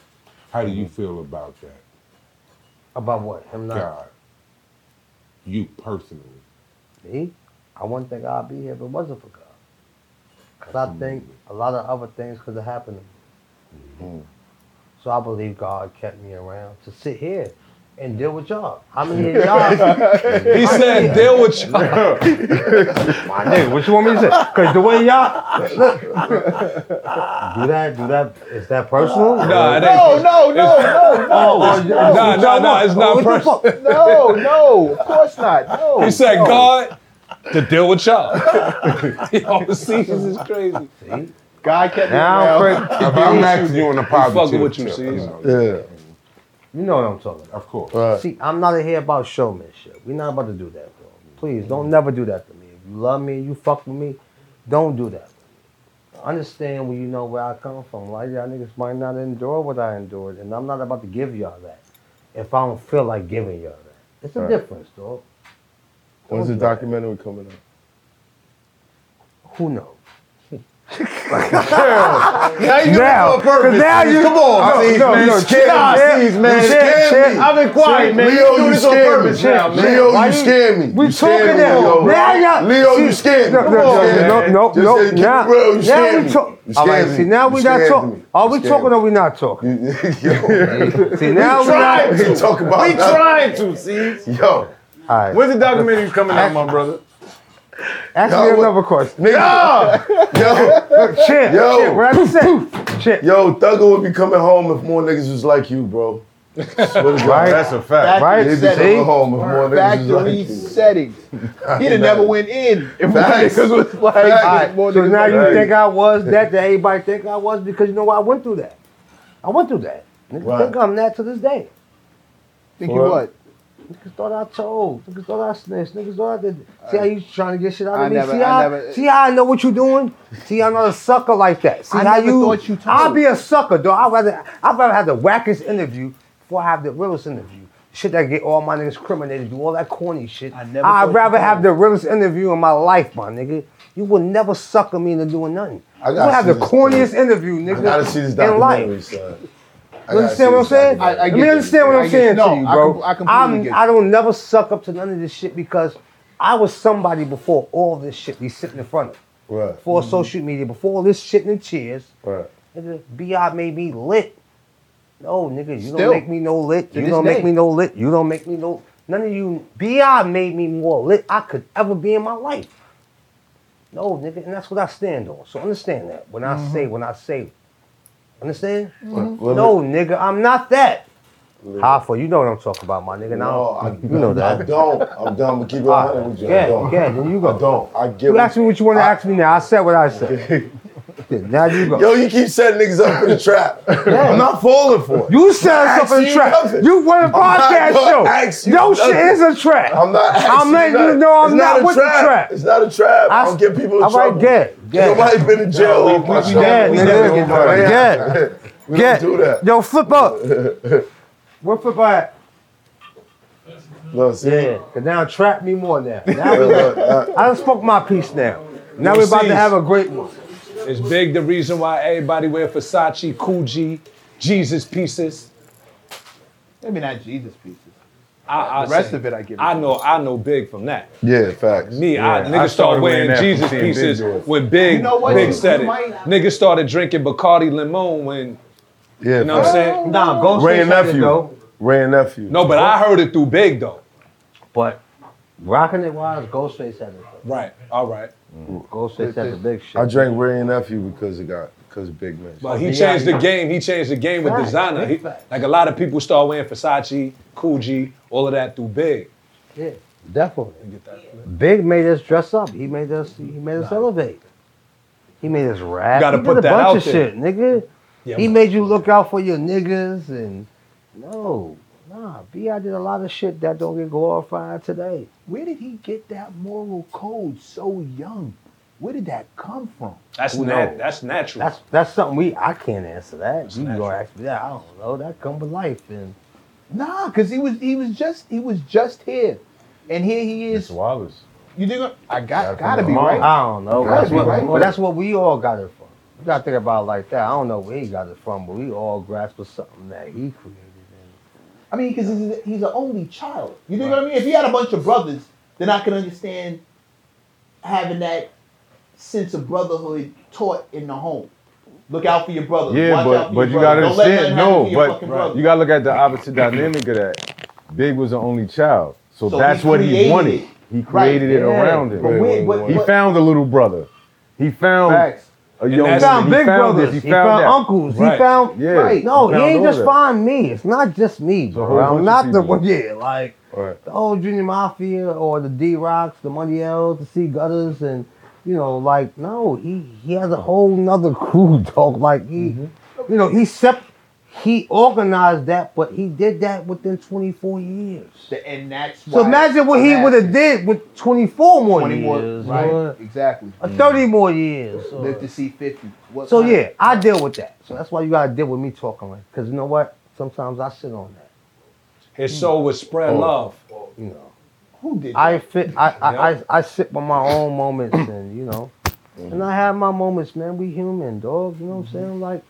Speaker 10: How do you feel about that,
Speaker 3: About what? Him not
Speaker 10: God? You personally.
Speaker 3: me. I wouldn't think I'd be here if it wasn't for God. 'Cause I think a lot of other things could have happened to me. So I believe God kept me around to sit here and deal with y'all. How many
Speaker 4: [laughs]
Speaker 3: of y'all?
Speaker 8: He said, deal with you.
Speaker 3: My nigga, what you want me to say? Because the way y'all look, do that, do that. Is that personal?
Speaker 8: Nah, it ain't
Speaker 6: No, no, no,
Speaker 9: [laughs]
Speaker 6: no,
Speaker 3: Oh,
Speaker 8: Nah,
Speaker 3: oh, oh,
Speaker 6: no,
Speaker 3: what
Speaker 8: nah,
Speaker 3: y'all
Speaker 8: nah,
Speaker 3: want?
Speaker 8: it's not
Speaker 3: What the
Speaker 9: Oh,
Speaker 8: personal.
Speaker 3: fuck?
Speaker 6: [laughs]
Speaker 9: [laughs]
Speaker 6: no, no. Of course not. No.
Speaker 8: He said,
Speaker 6: no.
Speaker 8: God, to deal
Speaker 9: [laughs]
Speaker 8: with y'all. Yo, seasons is crazy.
Speaker 6: God kept me
Speaker 3: Now,
Speaker 6: around.
Speaker 3: Fred,
Speaker 7: If I'm asking you on a
Speaker 8: fucking
Speaker 7: positive
Speaker 8: with you,
Speaker 7: tip,
Speaker 8: Caesar.
Speaker 7: know,
Speaker 4: Yeah.
Speaker 3: you know what I'm talking about.
Speaker 7: Of course.
Speaker 4: Right.
Speaker 3: See, I'm not here about showmanship. We're not about to do that, bro. Please,
Speaker 4: Mm-hmm.
Speaker 3: don't never do that to me. If you love me, you fuck with me, don't do that. Understand where you know where I come from. A lot of y'all niggas might not endure what I endured, and I'm not about to give y'all that if I don't feel like giving y'all that. It's a
Speaker 4: Right.
Speaker 3: difference, dog.
Speaker 4: When's the documentary coming out?
Speaker 3: Who
Speaker 4: [laughs]
Speaker 3: knows?
Speaker 4: Now you
Speaker 3: Now,
Speaker 4: do it for a purpose.
Speaker 3: 'cause now
Speaker 4: Cease.
Speaker 3: you-
Speaker 4: come on,
Speaker 3: No,
Speaker 4: Cease,
Speaker 3: no,
Speaker 4: man.
Speaker 3: no,
Speaker 4: You
Speaker 3: chill out,
Speaker 4: scared me.
Speaker 3: Cease, man.
Speaker 4: You scared
Speaker 3: Chill,
Speaker 4: me.
Speaker 3: chill. I've been quiet, man.
Speaker 4: Leo,
Speaker 3: You do
Speaker 4: you
Speaker 3: this on
Speaker 4: scared me.
Speaker 3: purpose now, man.
Speaker 4: Leo,
Speaker 3: Why
Speaker 4: you
Speaker 3: you-
Speaker 4: scared me.
Speaker 3: We
Speaker 4: You scared
Speaker 3: talking
Speaker 4: me,
Speaker 3: now.
Speaker 4: Leo.
Speaker 3: Now y'all-
Speaker 4: Leo,
Speaker 3: See,
Speaker 4: you scared me.
Speaker 3: no,
Speaker 4: Come
Speaker 3: no,
Speaker 4: on,
Speaker 3: no,
Speaker 4: man.
Speaker 3: no, no,
Speaker 4: Just
Speaker 3: no,
Speaker 4: said, keep
Speaker 3: now-
Speaker 4: it real. You
Speaker 3: now
Speaker 4: scared
Speaker 3: we
Speaker 4: me.
Speaker 3: talk-
Speaker 4: You
Speaker 3: All
Speaker 4: scared
Speaker 3: right, see,
Speaker 4: me.
Speaker 3: now
Speaker 4: You
Speaker 3: we not
Speaker 4: scared
Speaker 3: talking.
Speaker 4: me.
Speaker 3: Are
Speaker 4: You
Speaker 3: we
Speaker 4: scared
Speaker 3: talking
Speaker 4: me.
Speaker 3: or we not talking?
Speaker 4: [laughs]
Speaker 3: See, now we
Speaker 4: Trying
Speaker 3: not.
Speaker 4: to talk about
Speaker 8: We
Speaker 4: that.
Speaker 8: trying to, see.
Speaker 4: Yo,
Speaker 3: All right.
Speaker 8: When's the documentary coming out, my brother?
Speaker 3: Ask me
Speaker 4: Yo, what-
Speaker 3: another question.
Speaker 4: nigga. Yo,
Speaker 3: Look, Shit,
Speaker 4: Yo.
Speaker 3: shit, what I said. Shit,
Speaker 4: yo, Thugger would be coming home if more niggas was like you, bro. Swear to God.
Speaker 3: Right.
Speaker 7: That's a fact.
Speaker 3: right?
Speaker 4: They'd be
Speaker 3: See?
Speaker 4: coming home if more niggas was
Speaker 6: Factory
Speaker 4: like
Speaker 3: [laughs]
Speaker 4: you. [laughs]
Speaker 6: settings. He'd have never went in if more
Speaker 4: Facts.
Speaker 6: niggas was like,
Speaker 3: All
Speaker 4: Facts.
Speaker 3: right,
Speaker 6: if more
Speaker 3: so
Speaker 6: niggas
Speaker 3: now
Speaker 6: was
Speaker 3: you
Speaker 6: like-
Speaker 3: think I was that that everybody think I was because you know what I went through that. I went through that. Niggas
Speaker 4: Right.
Speaker 3: think I'm that to this day.
Speaker 6: think you what?
Speaker 3: Niggas thought I told. Niggas thought I snitched. Niggas thought I did. See how you trying to get shit out of
Speaker 6: I
Speaker 3: me.
Speaker 6: never-
Speaker 3: see,
Speaker 6: I
Speaker 3: how,
Speaker 6: never-
Speaker 3: see how I know what you doing. See, I'm not a sucker like that. See
Speaker 6: I
Speaker 3: how
Speaker 6: never
Speaker 3: you?
Speaker 6: thought you told.
Speaker 3: I'll be a sucker, though. I'd rather I'd rather have the wackest interview before I have the realest interview. Shit that get all my niggas criminated, do all that corny shit.
Speaker 6: I never thought
Speaker 3: I'd
Speaker 6: you
Speaker 3: rather
Speaker 6: told.
Speaker 3: have the realest interview in my life, my nigga. You will never sucker me into doing nothing.
Speaker 4: I
Speaker 3: you
Speaker 4: gotta
Speaker 3: have
Speaker 4: see
Speaker 3: the
Speaker 4: this
Speaker 3: corniest
Speaker 4: thing.
Speaker 3: interview, nigga.
Speaker 4: I gotta see this
Speaker 3: in life.
Speaker 4: documentary, son. I
Speaker 3: You
Speaker 4: gotta see
Speaker 3: understand what I'm
Speaker 4: this
Speaker 3: saying?
Speaker 4: documentary.
Speaker 6: I
Speaker 3: Let me
Speaker 6: get
Speaker 3: understand
Speaker 6: you.
Speaker 3: what
Speaker 6: I
Speaker 3: I'm
Speaker 6: get you.
Speaker 3: saying
Speaker 6: No,
Speaker 3: to you,
Speaker 6: I
Speaker 3: bro.
Speaker 6: com- I completely
Speaker 3: I'm-
Speaker 6: get you.
Speaker 3: I don't never suck up to none of this shit because I was somebody before all this shit be sitting in front of.
Speaker 4: Right.
Speaker 3: Before social media, before all this shit and cheers,
Speaker 4: Right.
Speaker 3: nigga, B.I. made me lit. No, nigga, you
Speaker 6: Still,
Speaker 3: don't make me no lit.
Speaker 6: to
Speaker 3: You
Speaker 6: this
Speaker 3: don't
Speaker 6: day.
Speaker 3: make me no lit. You don't make me no. None of you. B.I. made me more lit I could ever be in my life. No, nigga, and that's what I stand on. So understand that when I say, when I say, understand?
Speaker 4: Well,
Speaker 3: No, nigga, I'm not that. Hoffa, you know what I'm talking about, my nigga.
Speaker 4: No,
Speaker 3: Now,
Speaker 4: Oh, I,
Speaker 3: you know
Speaker 4: I
Speaker 3: that.
Speaker 4: don't. I'm done. But keep it
Speaker 3: All right,
Speaker 4: 100 with you. I
Speaker 3: yeah,
Speaker 4: don't.
Speaker 3: yeah, then you go.
Speaker 4: I don't. I get
Speaker 3: You
Speaker 4: what-
Speaker 3: ask me what you want to ask me now. I said what I said. Yeah, now you go.
Speaker 4: Yo, you keep setting niggas up for the
Speaker 3: [laughs]
Speaker 4: trap. I'm not falling for it.
Speaker 3: you said
Speaker 4: I
Speaker 3: something
Speaker 4: asked you
Speaker 3: trap.
Speaker 4: nothing.
Speaker 3: You want a
Speaker 4: not
Speaker 3: podcast
Speaker 4: gonna
Speaker 3: show.
Speaker 4: ask you
Speaker 3: Yo, shit
Speaker 4: nothing.
Speaker 3: is a trap.
Speaker 4: I'm not. asking
Speaker 3: I'm letting you
Speaker 4: nothing.
Speaker 3: know I'm
Speaker 4: It's
Speaker 3: not
Speaker 4: a
Speaker 3: with the trap.
Speaker 4: It's not a trap. I
Speaker 3: I
Speaker 4: don't
Speaker 3: s-
Speaker 4: get people in
Speaker 3: all right,
Speaker 4: trouble.
Speaker 3: get, get.
Speaker 4: Ain't Nobody been in jail.
Speaker 8: we-
Speaker 4: over my
Speaker 8: we- we
Speaker 4: show.
Speaker 8: never-
Speaker 3: Yeah,
Speaker 8: we
Speaker 4: don't
Speaker 8: never
Speaker 4: do
Speaker 8: over
Speaker 3: nigga.
Speaker 4: that.
Speaker 3: Yeah.
Speaker 4: We
Speaker 3: Yeah.
Speaker 4: don't do that.
Speaker 3: Yo, flip
Speaker 4: [laughs]
Speaker 3: up. Where flip at?
Speaker 4: Look, see,
Speaker 3: Yeah, because now trap me more now. Now we
Speaker 4: look, uh,
Speaker 3: I done spoke my piece now. Now we about to
Speaker 8: Overseas.
Speaker 3: have a great one.
Speaker 8: It's big the reason why everybody wear Versace, Gucci, Jesus pieces.
Speaker 6: Maybe not Jesus pieces.
Speaker 8: I, I
Speaker 6: The rest
Speaker 8: say-
Speaker 6: of it I give it
Speaker 8: I
Speaker 6: to
Speaker 8: know, I know big from that.
Speaker 4: yeah, facts.
Speaker 8: Me, I,
Speaker 7: Yeah, I
Speaker 8: niggas started
Speaker 7: started
Speaker 8: wearing
Speaker 7: wearing that from
Speaker 8: Jesus
Speaker 7: seeing Big
Speaker 8: pieces
Speaker 7: do it.
Speaker 8: when Big,
Speaker 6: You know what?
Speaker 8: Big
Speaker 6: You-
Speaker 8: said
Speaker 6: you
Speaker 8: it.
Speaker 6: might-
Speaker 8: Niggas started drinking Bacardi Limon when,
Speaker 4: Yeah,
Speaker 8: you know what I'm
Speaker 4: facts.
Speaker 8: saying?
Speaker 3: Nah, Ghost
Speaker 4: Ray and
Speaker 3: said it,
Speaker 4: nephew.
Speaker 3: though.
Speaker 4: Ray and nephew.
Speaker 8: No, but I heard it through Big though.
Speaker 3: But rocking it wise, Ghostface had it. though.
Speaker 8: Right, all right.
Speaker 3: Ghostface had the big shit.
Speaker 4: I drank Ray and nephew because it got because big man.
Speaker 7: Oh,
Speaker 8: But he
Speaker 3: Yeah,
Speaker 8: changed the
Speaker 3: yeah.
Speaker 8: game. He changed the game with
Speaker 3: Facts,
Speaker 8: designer.
Speaker 3: big
Speaker 8: He-
Speaker 3: facts.
Speaker 8: like a lot of people start wearing Versace, Gucci, all of that through Big.
Speaker 3: Yeah, definitely. Big made us dress up. He made us. He made us elevate. He made us rap.
Speaker 8: You gotta
Speaker 3: he
Speaker 8: put
Speaker 3: did a
Speaker 8: that
Speaker 3: bunch
Speaker 8: out
Speaker 3: of
Speaker 8: there.
Speaker 3: shit, nigga.
Speaker 8: Yeah,
Speaker 3: he
Speaker 8: man.
Speaker 3: made you look out for your niggas and no, nah. B I did a lot of shit that don't get glorified today.
Speaker 6: Where did he get that moral code so young? Where did that come from?
Speaker 8: That's
Speaker 3: Who
Speaker 8: nat-
Speaker 3: knows?
Speaker 8: that's natural.
Speaker 3: That's that's something we I can't answer that. You
Speaker 8: natural.
Speaker 3: gonna ask me that? I don't know. That come with life and
Speaker 6: Nah, because he was he was just he was just here, and here he
Speaker 4: It's
Speaker 6: is.
Speaker 4: Wallace.
Speaker 6: You think I
Speaker 4: Gotta
Speaker 6: got
Speaker 4: come
Speaker 6: gotta
Speaker 4: to
Speaker 6: be
Speaker 4: mom.
Speaker 6: right?
Speaker 3: I don't know.
Speaker 6: Gotta
Speaker 3: That's
Speaker 6: be
Speaker 3: what,
Speaker 6: right.
Speaker 3: but that's what we all got it from. You gotta think about it like that. I don't know where he got it from, but we all grasp for something that he created.
Speaker 6: I mean, because he's, he's an only child. You know what I mean? If he had a bunch of brothers, then I can understand having that sense of brotherhood taught in the home. Look out for your brother. Watch
Speaker 9: Yeah,
Speaker 6: out
Speaker 9: but
Speaker 6: for
Speaker 9: but
Speaker 6: your
Speaker 9: you
Speaker 6: brother.
Speaker 9: gotta
Speaker 6: Don't let
Speaker 9: understand.
Speaker 6: nothing happen
Speaker 9: No,
Speaker 6: to your
Speaker 9: but
Speaker 6: fucking brother.
Speaker 9: you gotta look at the opposite dynamic of that. Big was the only child, so,
Speaker 4: So he
Speaker 9: that's what
Speaker 4: created
Speaker 9: he wanted.
Speaker 4: it.
Speaker 9: He created it
Speaker 4: yeah.
Speaker 9: around him.
Speaker 4: But we-
Speaker 9: He
Speaker 4: but- but-
Speaker 9: found the little brother. He found
Speaker 4: Facts.
Speaker 9: a
Speaker 4: And
Speaker 9: young
Speaker 3: Oh,
Speaker 4: that's-
Speaker 9: man.
Speaker 4: found big brothers.
Speaker 9: this.
Speaker 4: He found
Speaker 9: that.
Speaker 4: uncles.
Speaker 3: He found
Speaker 9: yeah.
Speaker 3: right. No, he,
Speaker 9: found
Speaker 3: ain't
Speaker 9: all
Speaker 3: just
Speaker 9: that.
Speaker 3: find me. It's not just me, bro.
Speaker 9: whole bunch
Speaker 3: I'm
Speaker 9: of
Speaker 3: not the
Speaker 9: people.
Speaker 3: one. [laughs] Yeah, like
Speaker 9: Right.
Speaker 3: the old Junior Mafia or the D Rocks, the Money L's, the C Gutters, and you know, like no, he he has a whole nother [laughs] crew, dog. Like he, you know, he sep- he organized that, but he did that within 24 years.
Speaker 6: And that's
Speaker 3: So
Speaker 6: why-
Speaker 3: imagine what he
Speaker 6: I'm
Speaker 3: would have did with 24 more
Speaker 6: 20
Speaker 3: years,
Speaker 6: more- right?
Speaker 3: or
Speaker 6: Exactly.
Speaker 3: 30 more years. or-
Speaker 6: Live to see 50. What
Speaker 3: so
Speaker 6: kind-
Speaker 3: yeah, I deal with that. So that's why you gotta deal with me talking like, cause you know what? Sometimes I sit on that.
Speaker 8: His soul was spread
Speaker 3: Oh.
Speaker 8: love.
Speaker 3: You know,
Speaker 6: Who did
Speaker 3: I fit. I I, I I sit with my own
Speaker 6: [coughs]
Speaker 3: moments, and you know,
Speaker 6: Mm-hmm.
Speaker 3: and I have my moments, man. We human, dog. You know what I'm saying? Like,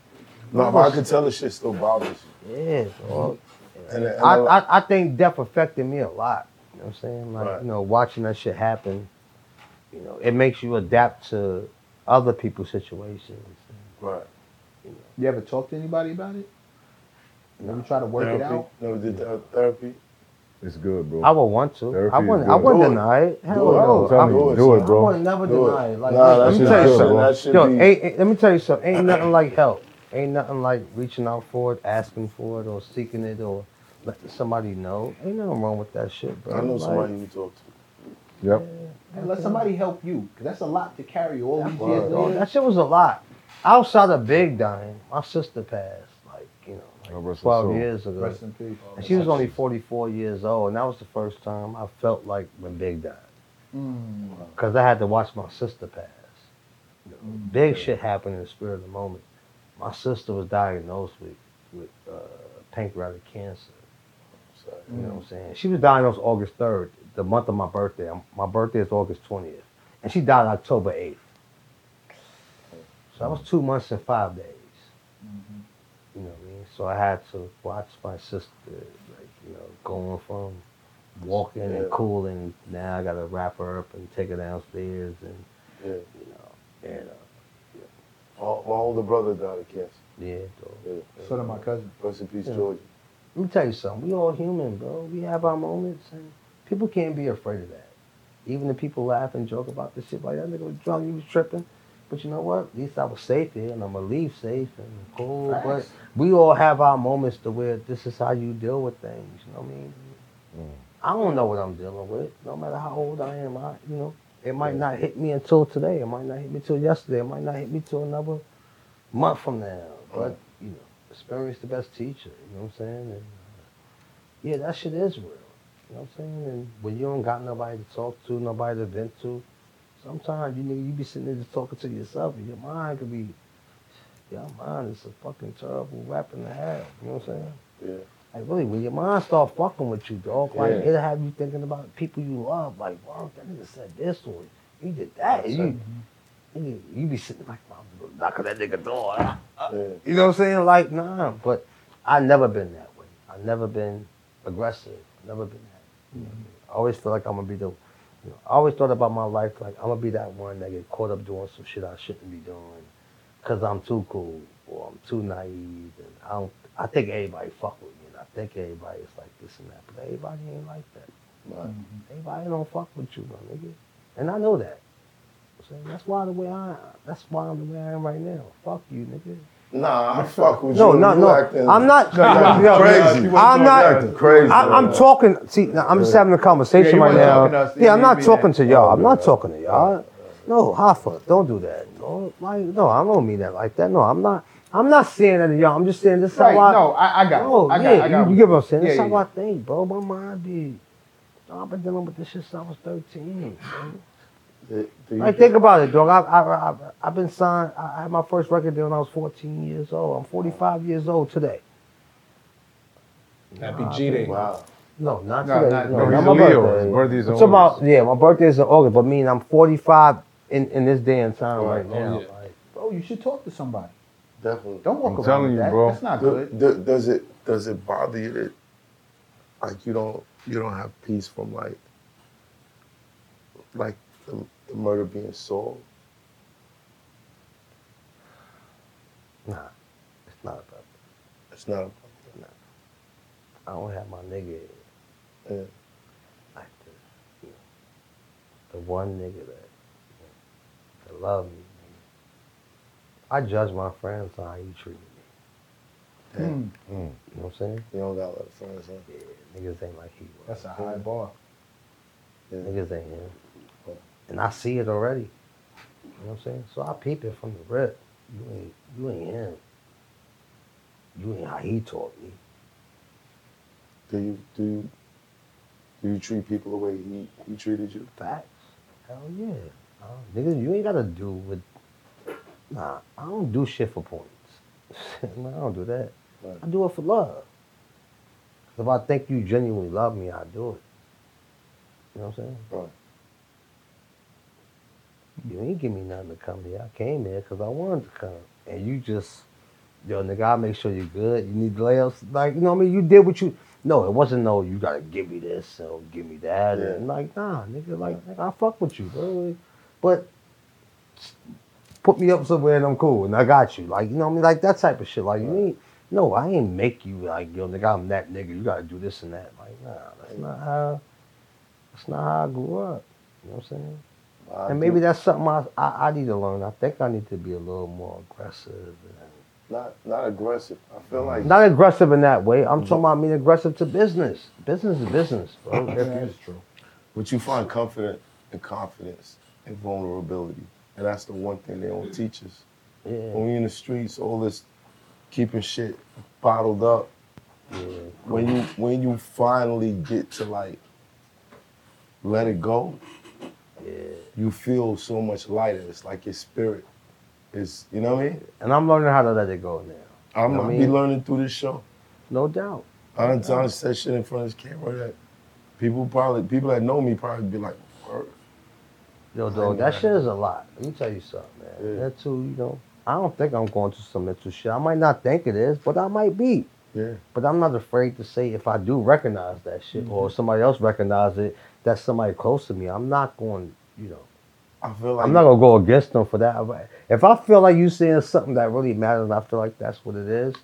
Speaker 4: No, but I could tell the shit still bothers
Speaker 3: you. Yeah,
Speaker 6: Mm-hmm.
Speaker 3: dog.
Speaker 4: And, and
Speaker 3: I, I I think death affected me a lot. You know what I'm saying? Like, you know, watching that shit happen, you know, it makes you adapt to other people's situations.
Speaker 4: Right.
Speaker 6: You ever talk to anybody about it? You ever try to work it
Speaker 4: Therapy?
Speaker 6: out?
Speaker 4: Never did th- therapy.
Speaker 9: It's good, bro.
Speaker 3: I would want to.
Speaker 9: Therapy
Speaker 3: I
Speaker 9: is
Speaker 3: wouldn't. I
Speaker 9: good.
Speaker 3: wouldn't
Speaker 9: Do it.
Speaker 3: deny it. Hell
Speaker 9: Do it.
Speaker 3: no.
Speaker 9: I'm telling
Speaker 3: I
Speaker 9: you,
Speaker 3: would-
Speaker 9: do it, bro.
Speaker 3: I would never
Speaker 9: Do it.
Speaker 3: deny it. Like,
Speaker 9: Nah,
Speaker 3: let
Speaker 9: that
Speaker 3: me
Speaker 9: shit's
Speaker 3: tell you
Speaker 9: good,
Speaker 3: something.
Speaker 9: bro. That shit
Speaker 3: Yo,
Speaker 9: be-
Speaker 3: ain't, ain't- let me tell you something. Ain't
Speaker 9: [coughs]
Speaker 3: nothing like help. Ain't nothing like reaching out for it, asking for it, or seeking it, or letting somebody know. Ain't nothing wrong with that shit, bro.
Speaker 4: I know
Speaker 3: Like,
Speaker 4: somebody you talk to.
Speaker 9: Yep.
Speaker 6: And let somebody help you, because that's a lot to carry all these
Speaker 3: yeah,
Speaker 6: years. on.
Speaker 3: that shit was a lot. Outside of Big dying, my sister passed. Like you know, like
Speaker 9: Oh, rest her
Speaker 3: twelve
Speaker 9: soul.
Speaker 3: years ago.
Speaker 6: Rest in peace.
Speaker 3: And she was only 44 years old, and that was the first time I felt like when Big died.
Speaker 6: Mm.
Speaker 3: Because I had to watch my sister pass.
Speaker 6: Mm.
Speaker 3: Big shit happened in the spirit of the moment. My sister was diagnosed with, with uh, pancreatic cancer. You know what I'm
Speaker 6: Mm.
Speaker 3: saying? She was diagnosed August 3rd, the month of my birthday. I'm- my birthday is August 20th. And she died October 8th. So I was two months and five days.
Speaker 4: Mm-hmm.
Speaker 3: You know what I mean? So I had to watch my sister, like, you know, going from walking
Speaker 4: Yeah.
Speaker 3: and cooling. Now I got to wrap her up and take her downstairs. And,
Speaker 4: Yeah.
Speaker 3: you know, and, uh,
Speaker 4: My, my older brother died of cancer.
Speaker 3: yeah, dog.
Speaker 4: Yeah.
Speaker 6: So did my cousin.
Speaker 4: Rest in peace,
Speaker 3: Yeah.
Speaker 4: George.
Speaker 3: Let me tell you something. We all human, bro. We have our moments, and people can't be afraid of that. Even the people laugh and joke about this shit. Like that nigga was drunk, he was tripping. But you know what? At least I was safe here, and I'm gonna leave safe and cool.
Speaker 6: Facts.
Speaker 3: But we all have our moments to where this is how you deal with things. You know what I mean? I don't know what I'm dealing with. No matter how old I am, I you know it might not hit me until today. It might not hit me till yesterday. It might not hit me till another month from now. But you know, experience the best teacher. You know what I'm saying? And, yeah, that shit is real. You know what I'm saying? And when you don't got nobody to talk to, nobody to vent to, sometimes you nigga, you be sitting there just talking to yourself, and your mind could be, your mind is a fucking terrible weapon to have. You know what I'm saying?
Speaker 4: Yeah.
Speaker 3: Like really, when your mind start fucking with you, dog, like
Speaker 4: Yeah.
Speaker 3: it'll have you thinking about people you love. Like, wow, that nigga said this or he did that. And you, you, you be sitting like, "Wow, I'm gonna knock on that nigga door.
Speaker 4: Yeah.
Speaker 3: You know what I'm saying? Like, nah, but I never been that way. I never been aggressive. Never been that. you know. I always feel like I'm gonna be the. You know, I always thought about my life like I'm gonna be that one that get caught up doing some shit I shouldn't be doing, cause I'm too cool or I'm too naive and I don't. I think everybody fuck with me and I think everybody is like this and that, but everybody ain't like that.
Speaker 4: Right.
Speaker 3: Everybody don't fuck with you, my nigga, and I know that. So that's why the way I. That's why I'm the way I am right now. Fuck you, nigga.
Speaker 4: Nah, I fuck with
Speaker 3: No,
Speaker 4: you.
Speaker 3: no,
Speaker 4: you
Speaker 3: no.
Speaker 4: acting-
Speaker 3: I'm not.
Speaker 4: You acting
Speaker 3: yo, yo,
Speaker 4: crazy.
Speaker 3: yo, I'm
Speaker 4: You
Speaker 3: not.
Speaker 4: acting crazy.
Speaker 3: I, I'm talking. See, now, I'm just having a
Speaker 6: Yeah,
Speaker 3: conversation
Speaker 6: you
Speaker 3: right
Speaker 6: wasn't talking to
Speaker 3: now.
Speaker 6: us,
Speaker 3: Yeah, I'm
Speaker 6: you
Speaker 3: not
Speaker 6: mean
Speaker 3: talking
Speaker 6: that. Oh,
Speaker 3: to y'all. I'm not talking to y'all. No, Hoffa, don't do that. No, like, no, I don't mean that like that. No, I'm not. I'm not saying that to y'all. I'm just saying this is
Speaker 6: Right,
Speaker 3: how I.
Speaker 6: no, I- I got it.
Speaker 3: No,
Speaker 6: I got-
Speaker 3: Oh, yeah,
Speaker 6: I got
Speaker 3: you,
Speaker 6: it.
Speaker 3: you get what I'm saying.
Speaker 6: Yeah,
Speaker 3: That's
Speaker 6: yeah,
Speaker 3: how
Speaker 6: yeah.
Speaker 3: I think, bro. My mind be. I've been dealing with this shit since I was 13. bro.
Speaker 4: Do you
Speaker 3: Like, think about it, dog. I, I, I, I've been signed. I I had my first record deal when I was 14 years old. I'm 45 years old today.
Speaker 8: Happy G Day.
Speaker 4: Wow.
Speaker 3: No, not
Speaker 6: No,
Speaker 3: today.
Speaker 6: not-
Speaker 3: no,
Speaker 6: no,
Speaker 3: not
Speaker 9: he's
Speaker 3: my
Speaker 9: a Leo.
Speaker 3: birthday.
Speaker 9: His birthday's in
Speaker 3: It's
Speaker 9: August.
Speaker 3: about yeah, my birthday is in August, but mean I'm 45 in, in this day and time right,
Speaker 4: Right,
Speaker 3: now.
Speaker 4: oh, yeah.
Speaker 3: like,
Speaker 6: Bro, you should talk to somebody.
Speaker 4: Definitely.
Speaker 6: Don't walk
Speaker 9: I'm
Speaker 6: around
Speaker 9: telling
Speaker 6: with
Speaker 9: you,
Speaker 6: that.
Speaker 9: bro.
Speaker 6: That's not
Speaker 4: Do-
Speaker 6: good.
Speaker 4: do- does it does it bother you that like you don't you don't have peace from like like the, the murder being solved?
Speaker 3: nah, it's not about.
Speaker 4: It's not.
Speaker 3: I don't have my nigga
Speaker 4: Yeah.
Speaker 3: The one nigga that, that love me. nigga. I judge my friends on how you treat me.
Speaker 4: Yeah.
Speaker 11: Hmm.
Speaker 3: You know what I'm saying?
Speaker 4: You don't got a lot of friends, huh? Hmm.
Speaker 3: Niggas ain't like he was.
Speaker 11: That's a high bar.
Speaker 3: Niggas ain't him.
Speaker 4: Oh.
Speaker 3: And I see it already. You know what I'm saying? So I peep it from the rip. You ain't you ain't him. You ain't how he taught me.
Speaker 4: Do you do you, do you treat people the way he, he treated you?
Speaker 3: Facts. Hell yeah. I don't- Niggas, you ain't gotta do with Nah, I don't do shit for points. [laughs] Nah, I don't do that. I do it for love. 'Cause if I think you genuinely love me, I do it. You know what I'm saying?
Speaker 4: Right.
Speaker 3: You ain't give me nothing to come here. I came here because I wanted to come. And you just, yo, nigga, I'll make sure you're good. You need layups. Like, you know what I mean? You did what you, no, it wasn't no, you got to give me this or give me that.
Speaker 4: Yeah.
Speaker 3: And like, nah, nigga, like, like, I fuck with you, bro. But put me up somewhere and I'm cool and I got you. Like, you know what I mean? Like, that type of shit. Like, you ain't, no, I ain't make you like, yo, nigga, I'm that nigga. You got to do this and that. Like, nah, that's not how, that's not how I grew up. You know what I'm saying?
Speaker 4: I
Speaker 3: and maybe
Speaker 4: do-
Speaker 3: that's something I, I, I need to learn. I think I need to be a little more aggressive.
Speaker 4: not not aggressive. I feel like
Speaker 3: Not aggressive in that way. I'm talking about being aggressive to business. Business is business, bro.
Speaker 4: [laughs]
Speaker 3: If you-
Speaker 4: true. But you find confidence and confidence and vulnerability. And that's the one thing they don't teach us. When
Speaker 3: yeah,
Speaker 4: we in the streets, all this keeping shit bottled up. When you when you finally get to like let it go, you feel so much lighter. It's like your spirit is you know what I mean?
Speaker 3: and I'm learning how to let it go now.
Speaker 4: I'm
Speaker 3: know what I
Speaker 4: I be
Speaker 3: mean?
Speaker 4: learning through this show.
Speaker 3: No doubt.
Speaker 4: I done, I done said shit in front of this camera that people probably people that know me probably be like, "Word."
Speaker 3: Yo, dog, that shit is a lot. Let me tell you something, man.
Speaker 4: Yeah.
Speaker 3: That too, you know. I don't think I'm going through some mental shit. I might not think it is, but I might be.
Speaker 4: yeah.
Speaker 3: But I'm not afraid to say if I do recognize that shit
Speaker 4: Mm-hmm.
Speaker 3: or somebody else recognize it, that's somebody close to me. I'm not going, you know.
Speaker 4: I feel like
Speaker 3: I'm not gonna go against them for that. But If I feel like you saying something that really matters, and I feel like that's what it is.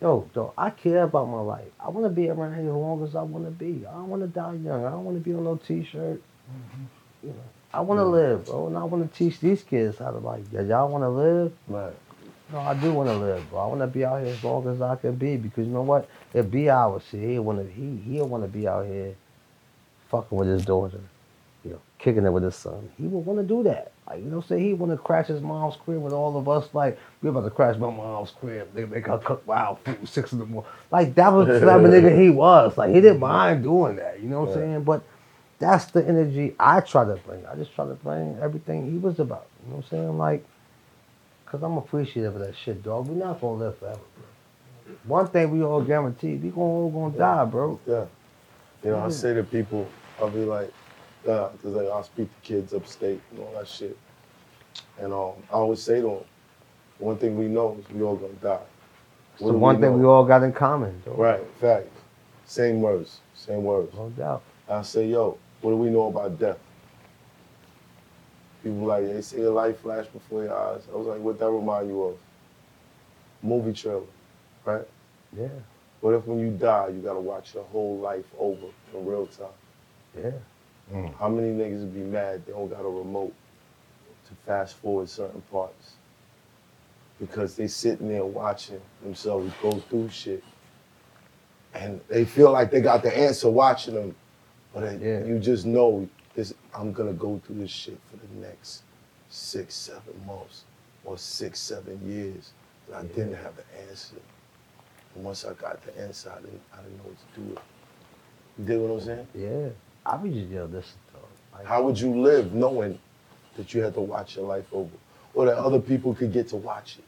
Speaker 3: Yo, yo, I care about my life. I want to be around here as long as I want to be. I don't want to die young. I don't want to be on no t-shirt. You know, I want to live, bro, and I want to teach these kids how to like. Yeah, y'all want to live?
Speaker 4: Right.
Speaker 3: No, I do want to live, bro. I want to be out here as long as I can be because you know what? If B I was here, he want to he he'll want to be out here, fucking with his daughter, you know, kicking it with his son. He would want to do that. Like you know, say he want to crash his mom's crib with all of us. Like we about to crash my mom's crib. They make her cook wild food six in the morning. Like that was the type of nigga he was. Like he didn't mind doing that. You know what I'm
Speaker 4: Yeah.
Speaker 3: saying? But that's the energy I try to bring. I just try to bring everything he was about. You know what I'm saying? Like. Cause I'm appreciative of that shit, dog. We're not gonna live forever, bro. One thing we all guarantee, we gonna all gonna die, bro.
Speaker 4: Yeah. You know, I
Speaker 3: Mm.
Speaker 4: say to people, I'll be like, because like, I'll speak to kids upstate and all that shit. And um, I always say to them, one thing we know is we all gonna die.
Speaker 3: It's the one thing we all got in common, dog.
Speaker 4: Right, fact. Same words, same words.
Speaker 3: No doubt.
Speaker 4: I say, yo, what do we know about death? People like, they say your life flash before your eyes. I was like, what that remind you of? Movie trailer, right?
Speaker 3: Yeah,
Speaker 4: What if when you die, you gotta watch your whole life over in real time?
Speaker 3: yeah. Mm.
Speaker 4: How many niggas would be mad they don't got a remote to fast forward certain parts? Because they sitting there watching themselves go through shit. And they feel like they got the answer watching them. But it-
Speaker 3: Yeah.
Speaker 4: you just know this I'm gonna go through this shit for the next six, seven months or six, seven years. And I didn't have the answer. And once I got the answer, I didn't I didn't know what to do with it. You dig what I'm saying?
Speaker 3: Yeah. I be just yo, this dog. Like,
Speaker 4: How would you live knowing that you had to watch your life over, or that other people could get to watch it?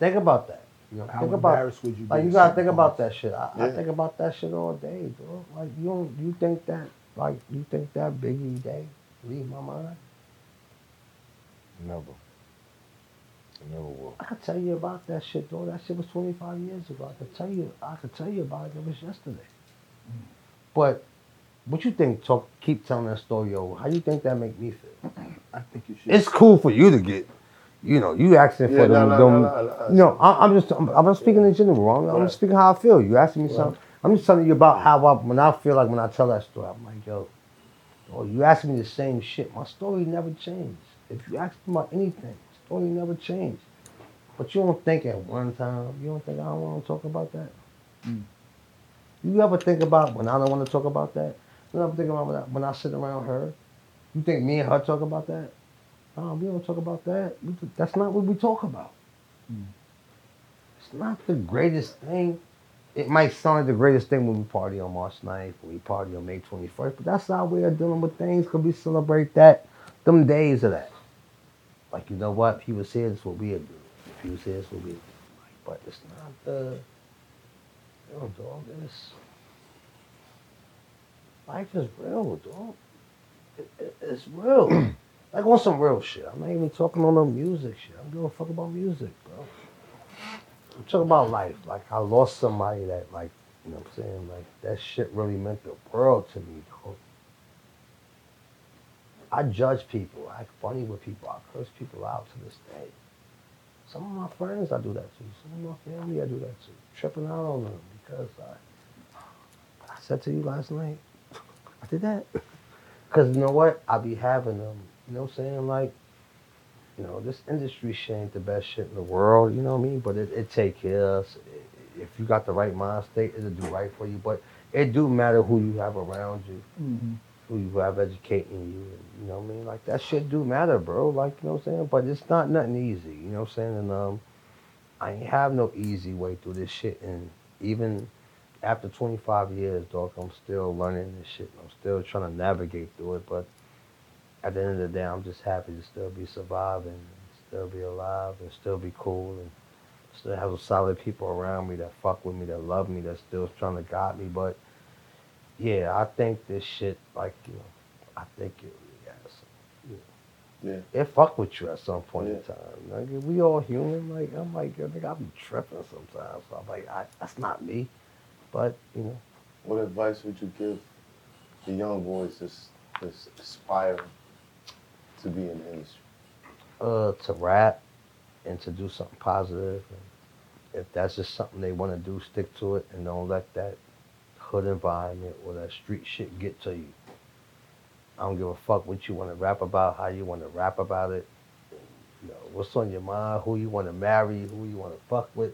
Speaker 3: think about that. You know,
Speaker 11: How
Speaker 3: think about
Speaker 11: embarrassed would you be?
Speaker 3: like you
Speaker 11: if
Speaker 3: gotta
Speaker 11: something
Speaker 3: think about
Speaker 11: happened?
Speaker 3: that shit. I, I
Speaker 4: Yeah.
Speaker 3: think about that shit all day, dog. Like you don't you think that like you think that Biggie day leave my mind?
Speaker 7: Never. Never will.
Speaker 3: I could tell you about that shit, though. That shit was 25 years ago. I could tell you. I could tell you about it. It was yesterday. But what you think? Talk. Keep telling that story over. How you think that make me feel?
Speaker 11: I think you should.
Speaker 3: It's cool for you to get. You know, you asking
Speaker 4: Yeah,
Speaker 3: for them.
Speaker 4: no, no,
Speaker 3: them
Speaker 4: no, no, no.
Speaker 3: you know, I, I'm just. I'm, I'm speaking in general. I'm, I'm
Speaker 4: Right.
Speaker 3: speaking how I feel. You asking me something. I'm just telling you about how I, when I feel like when I tell that story, I'm like, yo, oh, you asked me the same shit. My story never changed. If you ask me about anything, the story never changed. But you don't think at one time, you don't think I don't want to talk about that? You ever think about when I don't want to talk about that? You ever think about when I, when I sit around her? You think me and her talk about that? No, we don't talk about that. We, th- that's not what we talk about. It's not the greatest thing. It might sound like the greatest thing when we party on March 9th, when we party on May 21st, but that's our way of dealing with things because we celebrate that, them days of that. Like, you know what? If he was here, this is what we'd do. If he was here, this is what we'd do. Like, but it's not the, yo, dog, it's, life is real, dog. It, it- it's real. like, on some real shit. I'm not even talking on no music shit. I'm giving a fuck about music, bro. I'm talking about life. Like I lost somebody that like you know what I'm saying? Like that shit really meant the world to me, dog. I judge people. I act funny with people. I curse people out to this day. Some of my friends I do that to. Some of my family I do that to. Tripping out on them because I I said to you last night, [laughs] I did that. [laughs] Cause you know what? I be having them, you know what I'm saying? Like you know, this industry shit ain't the best shit in the world, you know what I mean? But it, it take care of us. I- If you got the right mind state, it'll do right for you. But it do matter who you have around you, who you have educating you, and, you know what I mean? Like, that shit do matter, bro. Like, you know what I'm saying? But it's not nothing easy, you know what I'm saying? And um, I ain't have no easy way through this shit. And even after 25 years, dog, I'm still learning this shit. I'm still trying to navigate through it, but at the end of the day, I'm just happy to still be surviving, still be alive, and still be cool, and still have solid people around me that fuck with me, that love me, that still trying to guide me. But yeah, I think this shit, like you know, I think it, yes, you know,
Speaker 4: Yeah.
Speaker 3: it fuck with you at some point in
Speaker 4: Yeah.
Speaker 3: time. Nigga, we all human. Like I'm like, yo, nigga, I be tripping sometimes. So I'm like, I, that's not me. But you know,
Speaker 4: What advice would you give the young boys that's, that's aspiring to be in the industry?
Speaker 3: uh, to rap and to do something positive. And if that's just something they want to do, stick to it and don't let that hood environment or that street shit get to you. I don't give a fuck what you want to rap about, how you want to rap about it, you know, what's on your mind, who you want to marry, who you want to fuck with.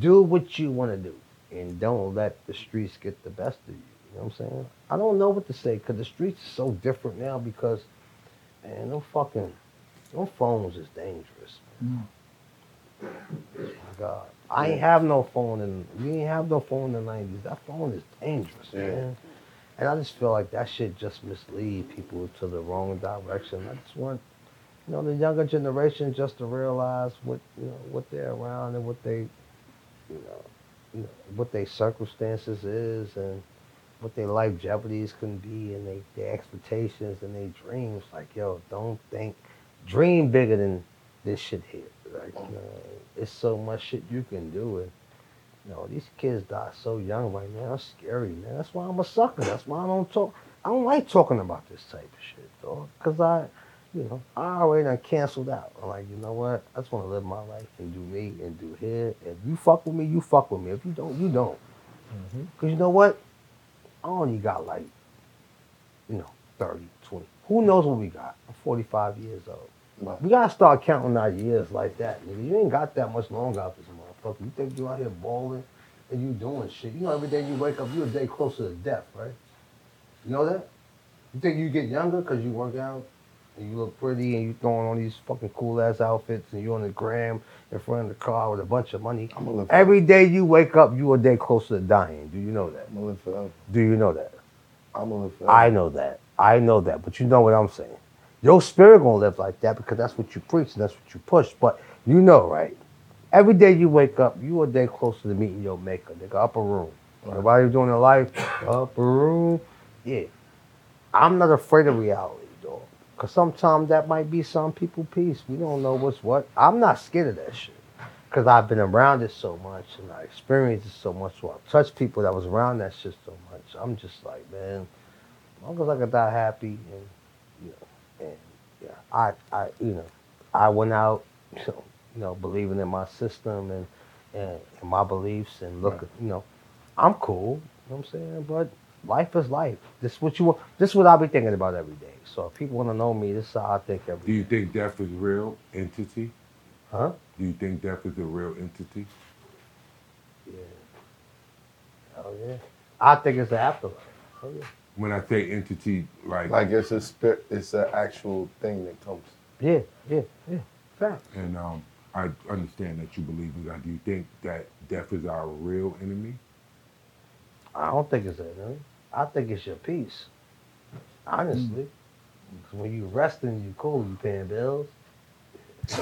Speaker 3: Do what you want to do and don't let the streets get the best of you. You know what I'm saying? I don't know what to say because the streets are so different now because, man, no fucking no phones is dangerous. My God, I ain't have no phone, and we ain't have no phone in the '90s. That phone is dangerous,
Speaker 4: Yeah.
Speaker 3: man. And I just feel like that shit just mislead people to the wrong direction. I just want, you know, the younger generation just to realize what you know what they're around and what they, you know, you know what their circumstances is and what their life jeopardies can be and they, their expectations and their dreams. Like, yo, don't think, dream bigger than this shit here. Like, you know, it's so much shit you can do. And, you know, these kids die so young right now. That's scary, man. That's why I'm a sucker. That's why I don't talk. I don't like talking about this type of shit, dog. Because I, you know, I already done canceled out. I'm like, you know what? I just want to live my life and do me and do here. If you fuck with me, you fuck with me. If you don't, you don't. Because you know what? I only got like, you know, 30, 20. Who knows what we got? I'm 45 years old. We gotta start counting our years like that, nigga. You ain't got that much longer out this motherfucker. You think you out here balling and you doing shit. You know every day you wake up, you a day closer to death, right? You know that? You think you get younger because you work out and you look pretty and you throwing on these fucking cool ass outfits and you on the gram in front of the car with a bunch of money.
Speaker 4: I'ma live
Speaker 3: Every day you wake up, you a day closer to dying. Do you know that?
Speaker 4: I'm gonna live forever.
Speaker 3: Do you know that?
Speaker 4: I'm gonna live forever.
Speaker 3: I know that. I know that. But you know what I'm saying. Your spirit gonna live like that because that's what you preach and that's what you push. But you know, right? Every day you wake up, you a day closer to meeting your maker, nigga. Upper room. Everybody doing their life, upper room. Yeah. I'm not afraid of reality, dog. Cause sometimes that might be some people piece. We don't know what's what. I'm not scared of that shit. Cause I've been around it so much and I experienced it so much. So I've touched people that was around that shit so much. I'm just like, man, as long as I could die happy and you know, and yeah, I I you know, I went out, [laughs] you know, you know believing in my system and and, and my beliefs and look, you know, I'm cool. You know what I'm saying? But life is life. This is what you want. This is what I'll be thinking about every day. So if people want to know me, this is how I think every
Speaker 7: Do you think death is real entity?
Speaker 3: Huh?
Speaker 7: Do you think death is a real entity?
Speaker 3: Hell yeah. I think it's the afterlife. Hell yeah.
Speaker 7: When I say entity, like
Speaker 4: Like it's a spirit, it's an actual thing that comes.
Speaker 3: Yeah, yeah, yeah. Fact.
Speaker 7: And um, I understand that you believe in God. Do you think that death is our real enemy?
Speaker 3: I don't think it's that, man. I think it's your peace. Honestly. 'Cause When you resting, you cool, you paying bills.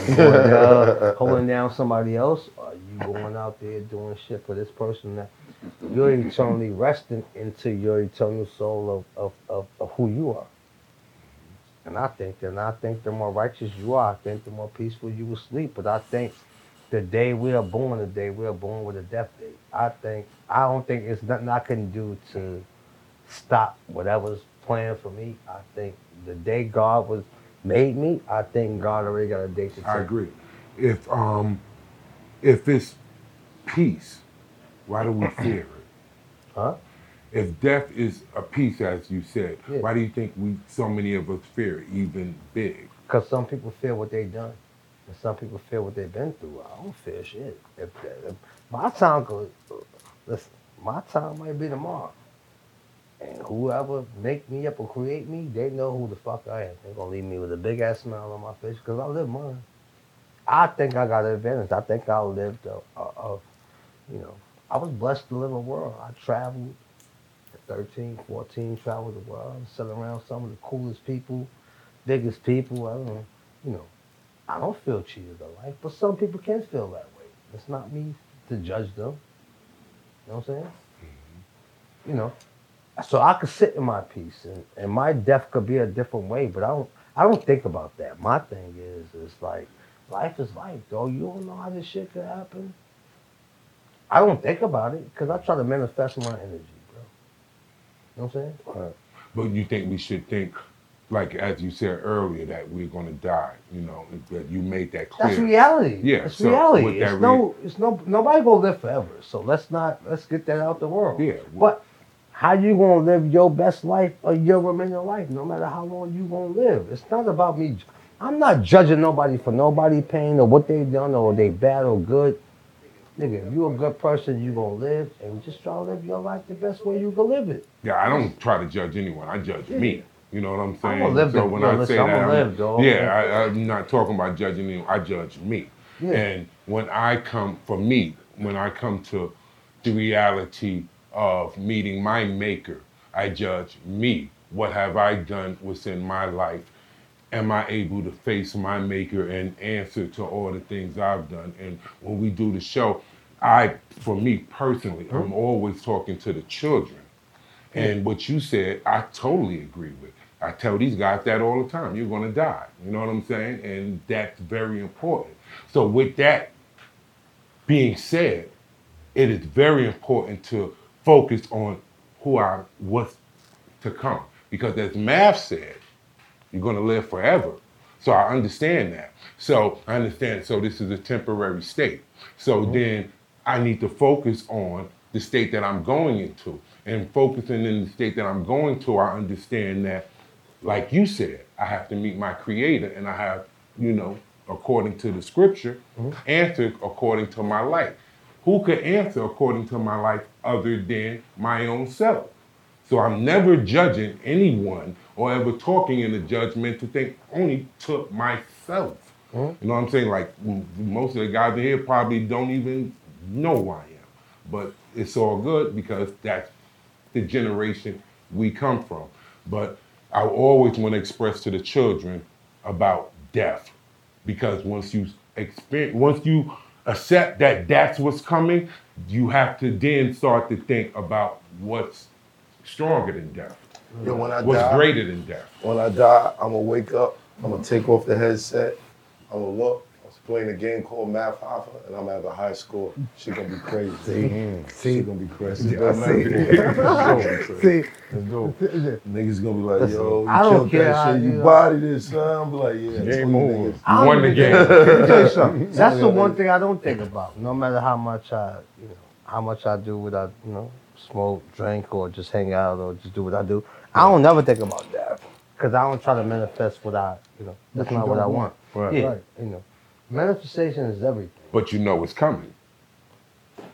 Speaker 3: You going, uh, holding down somebody else, or you going out there doing shit for this person that you're eternally resting into your eternal soul of, of, of, of who you are. And I think that and I think the more righteous you are, I think the more peaceful you will sleep. But I think the day we are born, the day we are born with a death date. I think I don't think it's nothing I can do to stop whatever's planned for me. I think the day God was made me, I think God already got a date to
Speaker 7: I
Speaker 3: take.
Speaker 7: agree. If um, if it's peace, why
Speaker 3: [clears throat]
Speaker 7: do we fear it?
Speaker 3: Huh?
Speaker 7: If death is a peace, as you said, why do you think we so many of us fear it, even big?
Speaker 3: Because some people feel what they done, and some people feel what they've been through. I don't feel shit. If, if my time goes, listen, my time might be tomorrow, and whoever make me up or create me, they know who the fuck I am. They're gonna leave me with a big ass smile on my face because I live mine. I think I got an advantage. I think I lived a, a, a you know, I was blessed to live a world. I traveled at 13, 14, traveled the world, sat around some of the coolest people, biggest people. I don't know, you know, I don't feel cheated in life, but some people can feel that way. It's not me to judge them. You know what I'm saying? You know, so I could sit in my peace, and, and my death could be a different way, but I don't. I don't think about that. My thing is, it's like life is life, though. You don't know how this shit could happen. I don't think about it because I try to manifest my energy, bro. You know what I'm saying?
Speaker 7: But you think we should think, like as you said earlier, that we're going to die. You know, that you made that clear.
Speaker 3: That's reality.
Speaker 7: Yeah,
Speaker 3: it's
Speaker 7: so with
Speaker 3: reality. It's
Speaker 7: that
Speaker 3: no, it's no, nobody gonna live forever. So let's not let's get that out the world.
Speaker 7: Yeah.
Speaker 3: But how you gonna live your best life or your remaining life, no matter how long you gonna live? It's not about me. ju- I'm not judging nobody for nobody pain or what they done or they bad or good. Nigga, if you a good person, you gonna live and just try to live your life the best way you can live it.
Speaker 7: Yeah, I don't try to judge anyone. I judge me. You know what I'm saying?
Speaker 3: gonna live
Speaker 7: so
Speaker 3: the-
Speaker 7: when
Speaker 3: no,
Speaker 7: I
Speaker 3: listen,
Speaker 7: say
Speaker 3: I'm
Speaker 7: that,
Speaker 3: gonna live, dog.
Speaker 7: yeah, I, I'm not talking about judging anyone. I judge me.
Speaker 3: Yeah.
Speaker 7: And when I come, for me, when I come to the reality of meeting my maker, I judge me. What have I done within my life? Am I able to face my maker and answer to all the things I've done? And when we do the show, I, for me personally, I'm
Speaker 3: Mm-hmm.
Speaker 7: always talking to the children. And what you said, I totally agree with. I tell these guys that all the time. You're gonna die. You know what I'm saying? And that's very important. So with that being said, it is very important to focus on who I what's to come. Because as Math said, you're gonna live forever. So I understand that. So I understand. So this is a temporary state. So then I need to focus on the state that I'm going into. And focusing in the state that I'm going to, I understand that, like you said, I have to meet my creator and I have, you know, according to the scripture, answer according to my life. Who could answer according to my life other than my own self? So I'm never judging anyone or ever talking in a judgmental thing, only to myself. You know what I'm saying? Like m- most of the guys in here probably don't even know who I am. But it's all good because that's the generation we come from. But I always want to express to the children about death because once you experience, once you accept that that's what's coming, you have to then start to think about what's stronger than death.
Speaker 4: Yo, when I
Speaker 7: what's
Speaker 4: die-
Speaker 7: greater than death.
Speaker 4: When I die, I'm gonna wake up. I'm gonna take off the headset. I'm gonna look. I was playing a game called Math Alpha, and I'm gonna have a high score. She gonna be crazy.
Speaker 3: See?
Speaker 4: she gonna be crazy.
Speaker 3: Yeah, I
Speaker 4: That's [laughs]
Speaker 3: see. [laughs]
Speaker 4: dope.
Speaker 3: See?
Speaker 4: That's dope. Niggas gonna be like, yo, you
Speaker 3: I don't
Speaker 4: killed
Speaker 3: care how
Speaker 4: that shit.
Speaker 3: you
Speaker 4: You
Speaker 3: know.
Speaker 4: body this. Huh? I'm be like, yeah. that's
Speaker 7: Game
Speaker 4: what
Speaker 7: over.
Speaker 4: niggas-
Speaker 7: I don't Won the even- game.
Speaker 3: Let me tell you something.
Speaker 4: That's
Speaker 3: That's the
Speaker 4: what
Speaker 3: one
Speaker 4: niggas-
Speaker 3: thing I don't think about. No matter how much I, you know, how much I do without, you know, smoke, drink, or just hang out, or just do what I do. I don't never think about that because I don't try to manifest what I, you know, that's
Speaker 4: you
Speaker 3: not what
Speaker 4: don't
Speaker 3: I want.
Speaker 7: want. Right.
Speaker 3: Yeah,
Speaker 7: Right.
Speaker 3: you know, manifestation is everything.
Speaker 7: But you know it's coming.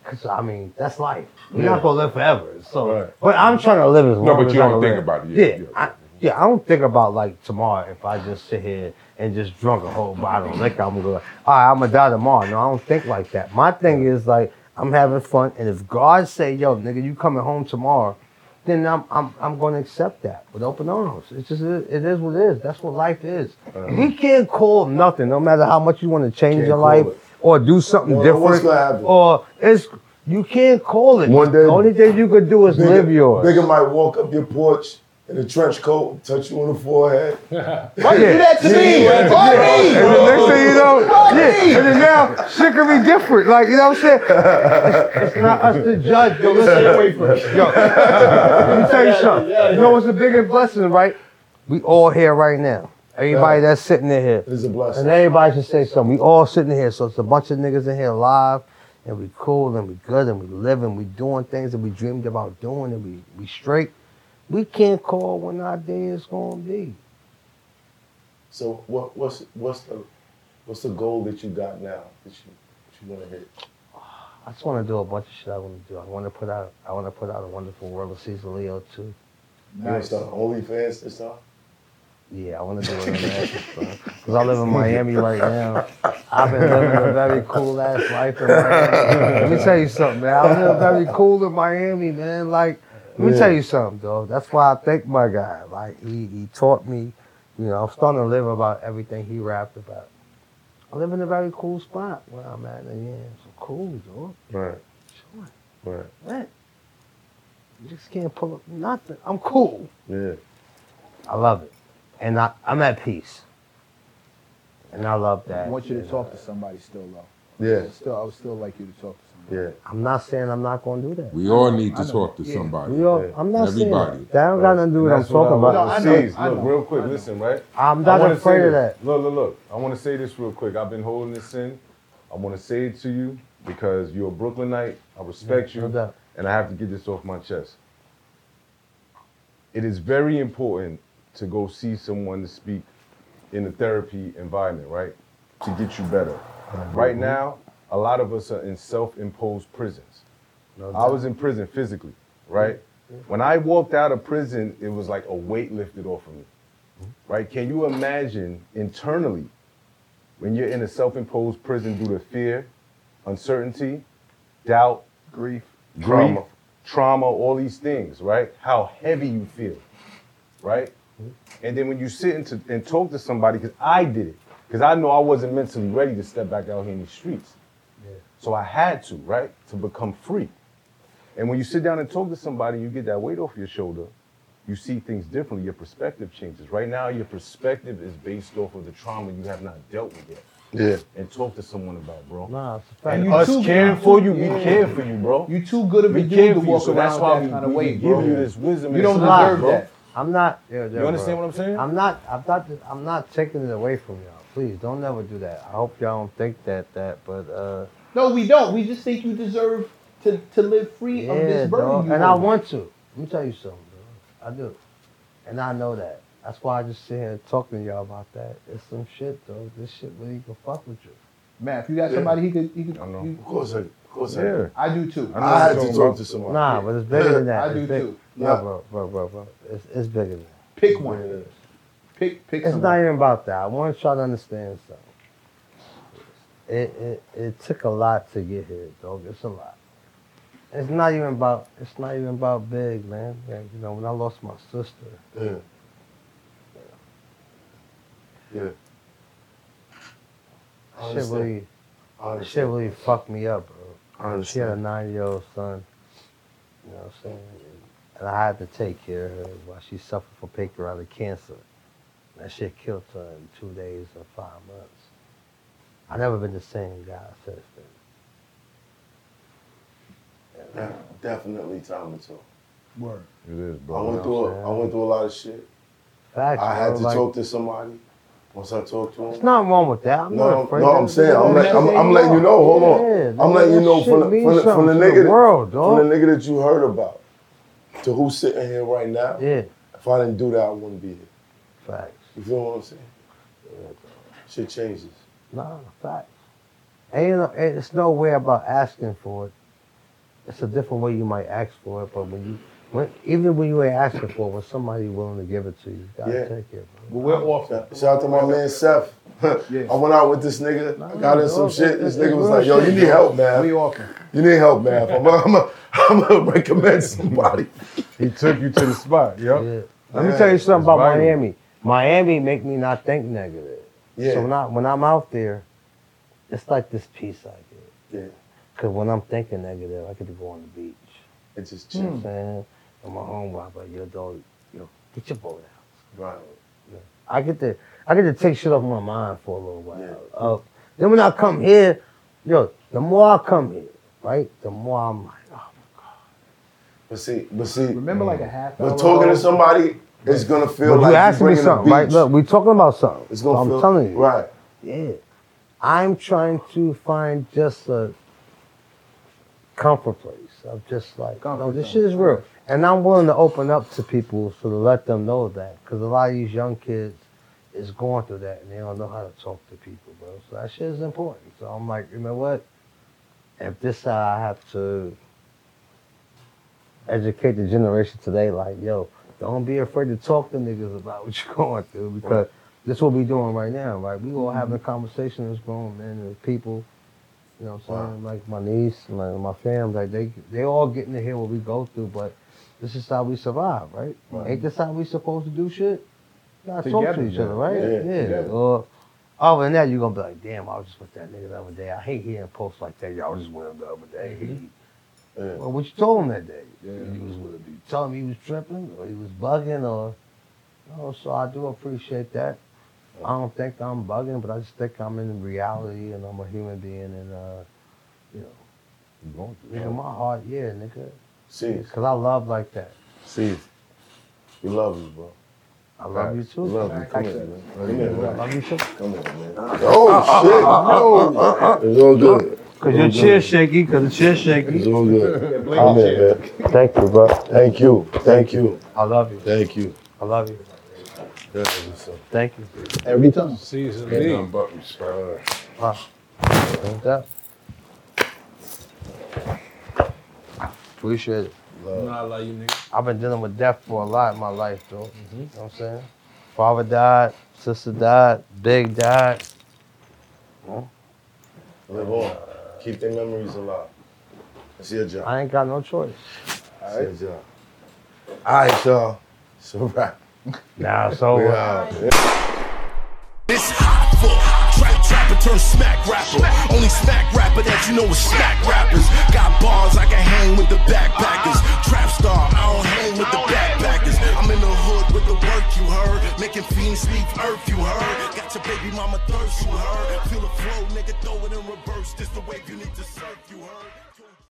Speaker 3: Because I mean, that's life. We're
Speaker 7: Yeah.
Speaker 3: not gonna live forever. So,
Speaker 7: Right.
Speaker 3: but I'm trying to live as
Speaker 7: No,
Speaker 3: long
Speaker 7: but
Speaker 3: as
Speaker 7: you
Speaker 3: I
Speaker 7: don't
Speaker 3: can
Speaker 7: think
Speaker 3: live.
Speaker 7: about it. Yeah, yeah,
Speaker 3: I, yeah, I don't think about like tomorrow. If I just sit here and just drunk a whole bottle of liquor, I'm going. All right, I'm gonna die tomorrow. No, I don't think like that. My thing is like I'm having fun, and if God say, "Yo, nigga, you coming home tomorrow," then I'm I'm I'm gonna accept that with open arms. It's just it is what it is. That's what life is. We can't call nothing, no matter how much you want to change
Speaker 4: Can't
Speaker 3: your
Speaker 4: call
Speaker 3: life
Speaker 4: it.
Speaker 3: or do something
Speaker 4: Well, what's
Speaker 3: different,
Speaker 4: gonna happen?
Speaker 3: or it's you can't call it.
Speaker 4: One day-
Speaker 3: the only thing you could do is
Speaker 4: Bigger-
Speaker 3: live yours.
Speaker 4: Bigger might walk up your porch in a trench coat, touch you on the forehead.
Speaker 3: Why you do that to me? Why me? And the next thing you know, yeah, and then now shit could be different. Like you know what I'm [laughs] saying? It's, it's not us to judge. Yo, [laughs] listen, yo, let me tell you something. You know what's the biggest blessing, right? We all here right now. Everybody that's sitting in here.
Speaker 4: It is a blessing.
Speaker 3: And everybody should say something. We all sitting here, so it's a bunch of niggas in here live, and we cool and we good and we living, we doing things that we dreamed about doing, and we we straight. We can't call when our day is gonna be.
Speaker 4: So what, what's what's the what's the goal that you got now that you that you want to hit?
Speaker 3: I just want to do a bunch of shit I want to do. I want to put out. I want to put out a wonderful world of season Leo too.
Speaker 4: You want to start an OnlyFans and stuff?
Speaker 3: Yeah, I want to do it because I live in Miami right now. I've been living a very cool ass life in Miami. Let me tell you something, man. I live very cool in Miami, man. Like, let me
Speaker 4: Yeah.
Speaker 3: tell you something, though. That's why I thank my guy. Like, he, he taught me. You know, I'm starting to live about everything he rapped about. I live in a very cool spot where I'm at. And yeah, it's cool, dog.
Speaker 4: Right,
Speaker 3: Sure.
Speaker 4: right,
Speaker 3: What? You just can't pull up nothing. I'm cool.
Speaker 4: yeah.
Speaker 3: I love it. And I, I'm at peace. And I love that.
Speaker 6: I want you to talk to somebody still though.
Speaker 4: Yeah.
Speaker 6: Still, I would still like you to talk to somebody.
Speaker 4: Yeah.
Speaker 3: I'm not saying I'm not going to do that.
Speaker 7: We all need to
Speaker 6: I know.
Speaker 7: talk to
Speaker 6: Yeah.
Speaker 7: somebody.
Speaker 3: We all, I'm not
Speaker 7: Everybody.
Speaker 3: saying that. that don't got nothing to do with what I'm
Speaker 9: That's what
Speaker 3: talking
Speaker 9: I
Speaker 3: about.
Speaker 9: wanna
Speaker 6: No, I know,
Speaker 9: say.
Speaker 6: I know,
Speaker 9: Look, real quick,
Speaker 6: I know.
Speaker 9: listen, right?
Speaker 3: I'm
Speaker 9: I
Speaker 3: not
Speaker 9: wanna
Speaker 3: afraid
Speaker 9: say
Speaker 3: of
Speaker 9: this.
Speaker 3: that.
Speaker 9: Look, look, look. I want to say this real quick. I've been holding this in. I want to say it to you because you're a Brooklynite. I
Speaker 3: Yeah,
Speaker 9: respect you,
Speaker 3: no doubt.
Speaker 9: and I have to get this off my chest. It is very important to go see someone to speak in the therapy environment, right? To get you better. Right now, a lot of us are in self-imposed prisons. I was in prison physically, right? When I walked out of prison, it was like a weight lifted off of me, right? Can you imagine internally when you're in a self imposed prison due to fear, uncertainty, doubt,
Speaker 6: Grief.
Speaker 9: grief,
Speaker 4: Trauma.
Speaker 9: trauma, all these things, right? How heavy you feel, right? And then when you sit and, to, and talk to somebody, because I did it, because I know I wasn't mentally ready to step back out here in the streets. So I had to, right, to become free. And when you sit down and talk to somebody, you get that weight off your shoulder. You see things differently. Your perspective changes. Right now, your perspective is based off of the trauma you have not dealt with yet.
Speaker 4: Yeah.
Speaker 9: And talk to someone about, bro.
Speaker 3: Nah, it's a fact.
Speaker 9: And
Speaker 6: You
Speaker 9: us
Speaker 6: too-
Speaker 9: caring for you, we
Speaker 6: Yeah.
Speaker 9: care for you, bro.
Speaker 6: You too good of a
Speaker 9: we
Speaker 6: dude
Speaker 9: care
Speaker 6: to
Speaker 9: for you,
Speaker 6: walk
Speaker 9: so
Speaker 6: around
Speaker 9: that's
Speaker 6: with
Speaker 9: why
Speaker 6: that
Speaker 9: we,
Speaker 6: kind of
Speaker 9: we
Speaker 6: weight,
Speaker 9: give
Speaker 6: bro.
Speaker 9: you this wisdom.
Speaker 6: You
Speaker 9: and
Speaker 6: don't
Speaker 9: this
Speaker 6: deserve
Speaker 9: knowledge, bro.
Speaker 6: that.
Speaker 3: I'm not.
Speaker 9: You understand what I'm saying?
Speaker 3: I'm not. I'm not. I'm not taking it away from y'all. Please don't never do that. I hope y'all don't think that. That, but uh,
Speaker 6: No, we don't. We just think you deserve to, to live free of
Speaker 3: Yeah,
Speaker 6: this burden.
Speaker 3: dog.
Speaker 6: you
Speaker 3: And I
Speaker 6: hold.
Speaker 3: want to. Let me tell you something, dog. I do. And I know that. That's why I just sit here talking to y'all about that. It's some shit, though. This shit really can fuck with you.
Speaker 6: Matt, if you got somebody he could, he could.
Speaker 9: I know.
Speaker 6: you-
Speaker 4: Of course, I, of course,
Speaker 9: Yeah.
Speaker 4: I.
Speaker 6: I do too.
Speaker 9: I know.
Speaker 4: I had to
Speaker 9: Talking
Speaker 4: talk
Speaker 9: about-
Speaker 4: to somebody.
Speaker 3: Nah, but it's bigger than that.
Speaker 6: [laughs] I
Speaker 3: It's
Speaker 6: do
Speaker 3: big-
Speaker 6: too.
Speaker 3: No,
Speaker 4: Yeah.
Speaker 3: bro, bro, bro, bro. It's, it's bigger than that.
Speaker 6: Pick one. Pick pick
Speaker 3: It's not
Speaker 6: somebody.
Speaker 3: even about that. I want y'all to understand something. It, it it took a lot to get here, dog. It's a lot. It's not even about it's not even about big, man. Like, you know, when I lost my sister,
Speaker 4: Yeah. Yeah.
Speaker 3: shit
Speaker 4: I understand.
Speaker 3: really
Speaker 4: I
Speaker 3: That shit
Speaker 4: understand.
Speaker 3: really fucked me up, bro.
Speaker 4: I
Speaker 3: She had a
Speaker 4: understand.
Speaker 3: nine year old son. You know what I'm saying? And I had to take care of her while she suffered from pancreatic cancer. That shit killed her in two days or five months. I never been the same guy since then.
Speaker 4: Def- Definitely time to talk.
Speaker 6: Word.
Speaker 9: It is,
Speaker 4: I
Speaker 9: bro.
Speaker 4: went through. A, I went through a lot of shit.
Speaker 3: Facts,
Speaker 4: I
Speaker 3: bro,
Speaker 4: had to
Speaker 3: like,
Speaker 4: talk to somebody. Once I talked to him,
Speaker 3: It's not wrong with that. I'm
Speaker 4: no,
Speaker 3: not afraid
Speaker 4: no,
Speaker 3: of
Speaker 4: I'm
Speaker 3: it.
Speaker 4: saying, I'm,
Speaker 6: That's
Speaker 4: let, I'm,
Speaker 6: what
Speaker 4: I'm
Speaker 6: you
Speaker 4: letting you
Speaker 6: are.
Speaker 4: know. Hold on,
Speaker 3: Yeah,
Speaker 4: I'm
Speaker 3: nigga,
Speaker 4: letting you
Speaker 3: that
Speaker 4: know
Speaker 3: shit
Speaker 4: from the,
Speaker 3: means
Speaker 4: from the, from the
Speaker 3: something to
Speaker 4: nigga
Speaker 3: the world,
Speaker 4: that, from
Speaker 3: dog.
Speaker 4: the nigga that you heard about. to who's sitting here right now.
Speaker 3: Yeah.
Speaker 4: If I didn't do that, I wouldn't be here.
Speaker 3: Facts.
Speaker 4: You feel what I'm saying? Shit changes.
Speaker 3: Nah, facts. Ain't no, ain't- it's no way about asking for it. It's a different way you might ask for it, but when you, when even when you ain't asking for it, when somebody willing to give it to you, you gotta
Speaker 4: Yeah.
Speaker 3: take it.
Speaker 4: But we're off that. Shout out to my man Seth. [laughs] I went out with this nigga. I got in some
Speaker 3: dog,
Speaker 4: shit.
Speaker 3: that's-
Speaker 4: This
Speaker 3: that's
Speaker 4: nigga was
Speaker 3: real
Speaker 4: like, yo, you
Speaker 3: shit,
Speaker 4: need
Speaker 3: dog.
Speaker 4: help, man.
Speaker 3: We walking.
Speaker 4: You need help, man. I'm gonna [laughs] I'm I'm recommend somebody.
Speaker 7: He took you to the spot, yo.
Speaker 3: Let me tell you something about
Speaker 7: viral.
Speaker 3: Miami. Miami make me not think negative.
Speaker 4: Yeah.
Speaker 3: So when I when I'm out there, it's like this peace I get.
Speaker 4: Yeah.
Speaker 3: Cause when I'm thinking negative, I could be going to the beach.
Speaker 4: It's just
Speaker 3: You know what
Speaker 4: chill.
Speaker 3: I'm saying? And my homeboy, but your dog, yo, get your boat out.
Speaker 4: Right.
Speaker 3: I get to I get to take shit off my mind for a little while.
Speaker 4: Yeah.
Speaker 3: Uh, then when I come here, yo, the more I come here, right, the more I'm like, oh,
Speaker 4: But see, but see.
Speaker 12: Remember like a half hour
Speaker 4: But talking
Speaker 12: ago?
Speaker 4: to somebody is gonna feel
Speaker 3: but
Speaker 4: like
Speaker 3: you asking me
Speaker 4: bringing the
Speaker 3: something, right?
Speaker 4: beach.
Speaker 3: Look, we talking about something.
Speaker 4: It's
Speaker 3: So
Speaker 4: gonna
Speaker 3: I'm
Speaker 4: feel
Speaker 3: telling you,
Speaker 4: right.
Speaker 3: Yeah, I'm trying to find just a comfort place. I'm just like, no, this shit is real, and I'm willing to open up to people so to let them know that, because a lot of these young kids is going through that and they don't know how to talk to people, bro. So that shit is important. So I'm like, you know what? If this how I have to educate the generation today, like, yo, don't be afraid to talk to niggas about what you're [laughs] going through because this is what we doing right now, right? We all having a conversation as grown men and people. You know what I'm saying? Like my niece, my my family, like they they all getting to hear what we go through, but this is how we survive, right? Ain't this how we supposed to do shit? You gotta talk
Speaker 7: Together,
Speaker 3: to each other,
Speaker 7: yeah.
Speaker 3: right?
Speaker 4: Yeah, together.
Speaker 3: Or other than that, you're gonna be like, damn, I was just with that nigga the other day. I hate hearing posts like that. Y'all was just with him the other day. He-
Speaker 4: Mm-hmm. Yeah.
Speaker 3: well, what you told him that day? You was with him. You told him he was tripping or he was bugging or. Oh, so I do appreciate that. I don't think I'm bugging, but I just think I'm in reality and I'm a human being and uh, you know, nigga, my heart, yeah, nigga,
Speaker 4: See, you.
Speaker 3: because I love like that.
Speaker 4: see, you. we love you, bro.
Speaker 3: I love you too.
Speaker 4: We love you. Come here, man. Come here,
Speaker 3: I
Speaker 4: man.
Speaker 3: love you too.
Speaker 4: Come here, man.
Speaker 3: Uh,
Speaker 4: Oh shit! No, it's all good.
Speaker 3: Cause your chair's shaky. Cause the chair's shaky.
Speaker 4: It's all good. Come here, man.
Speaker 3: Thank you, bro.
Speaker 4: Thank you. Thank you.
Speaker 3: I love you.
Speaker 4: Thank you.
Speaker 3: I love you. Thank you.
Speaker 12: Every time.
Speaker 9: Season
Speaker 13: Ain't
Speaker 9: me.
Speaker 13: nothing but respect.
Speaker 3: Yeah. Appreciate it.
Speaker 9: Nah, I love you, nigga.
Speaker 3: I've been dealing with death for a lot in my life, though. You know what I'm saying? Father died, sister died, big died.
Speaker 4: Live on. Keep their memories alive. It's your job.
Speaker 3: I ain't got no choice.
Speaker 4: It's your job. All right, y'all. It's a wrap.
Speaker 3: Nah, [laughs] so
Speaker 4: We
Speaker 3: uh,
Speaker 4: out.
Speaker 6: This hot for trap trapper turned smack rapper. Only smack rapper that you know is smack rappers. Got bars I can hang with the backpackers. Trap star, I don't hang with the backpackers. I'm in the hood with the work you heard. Making fiends leave earth you heard. Got your baby mama thirst you heard. Feel the flow, nigga, throw it in reverse. This the wave you need to surf you heard.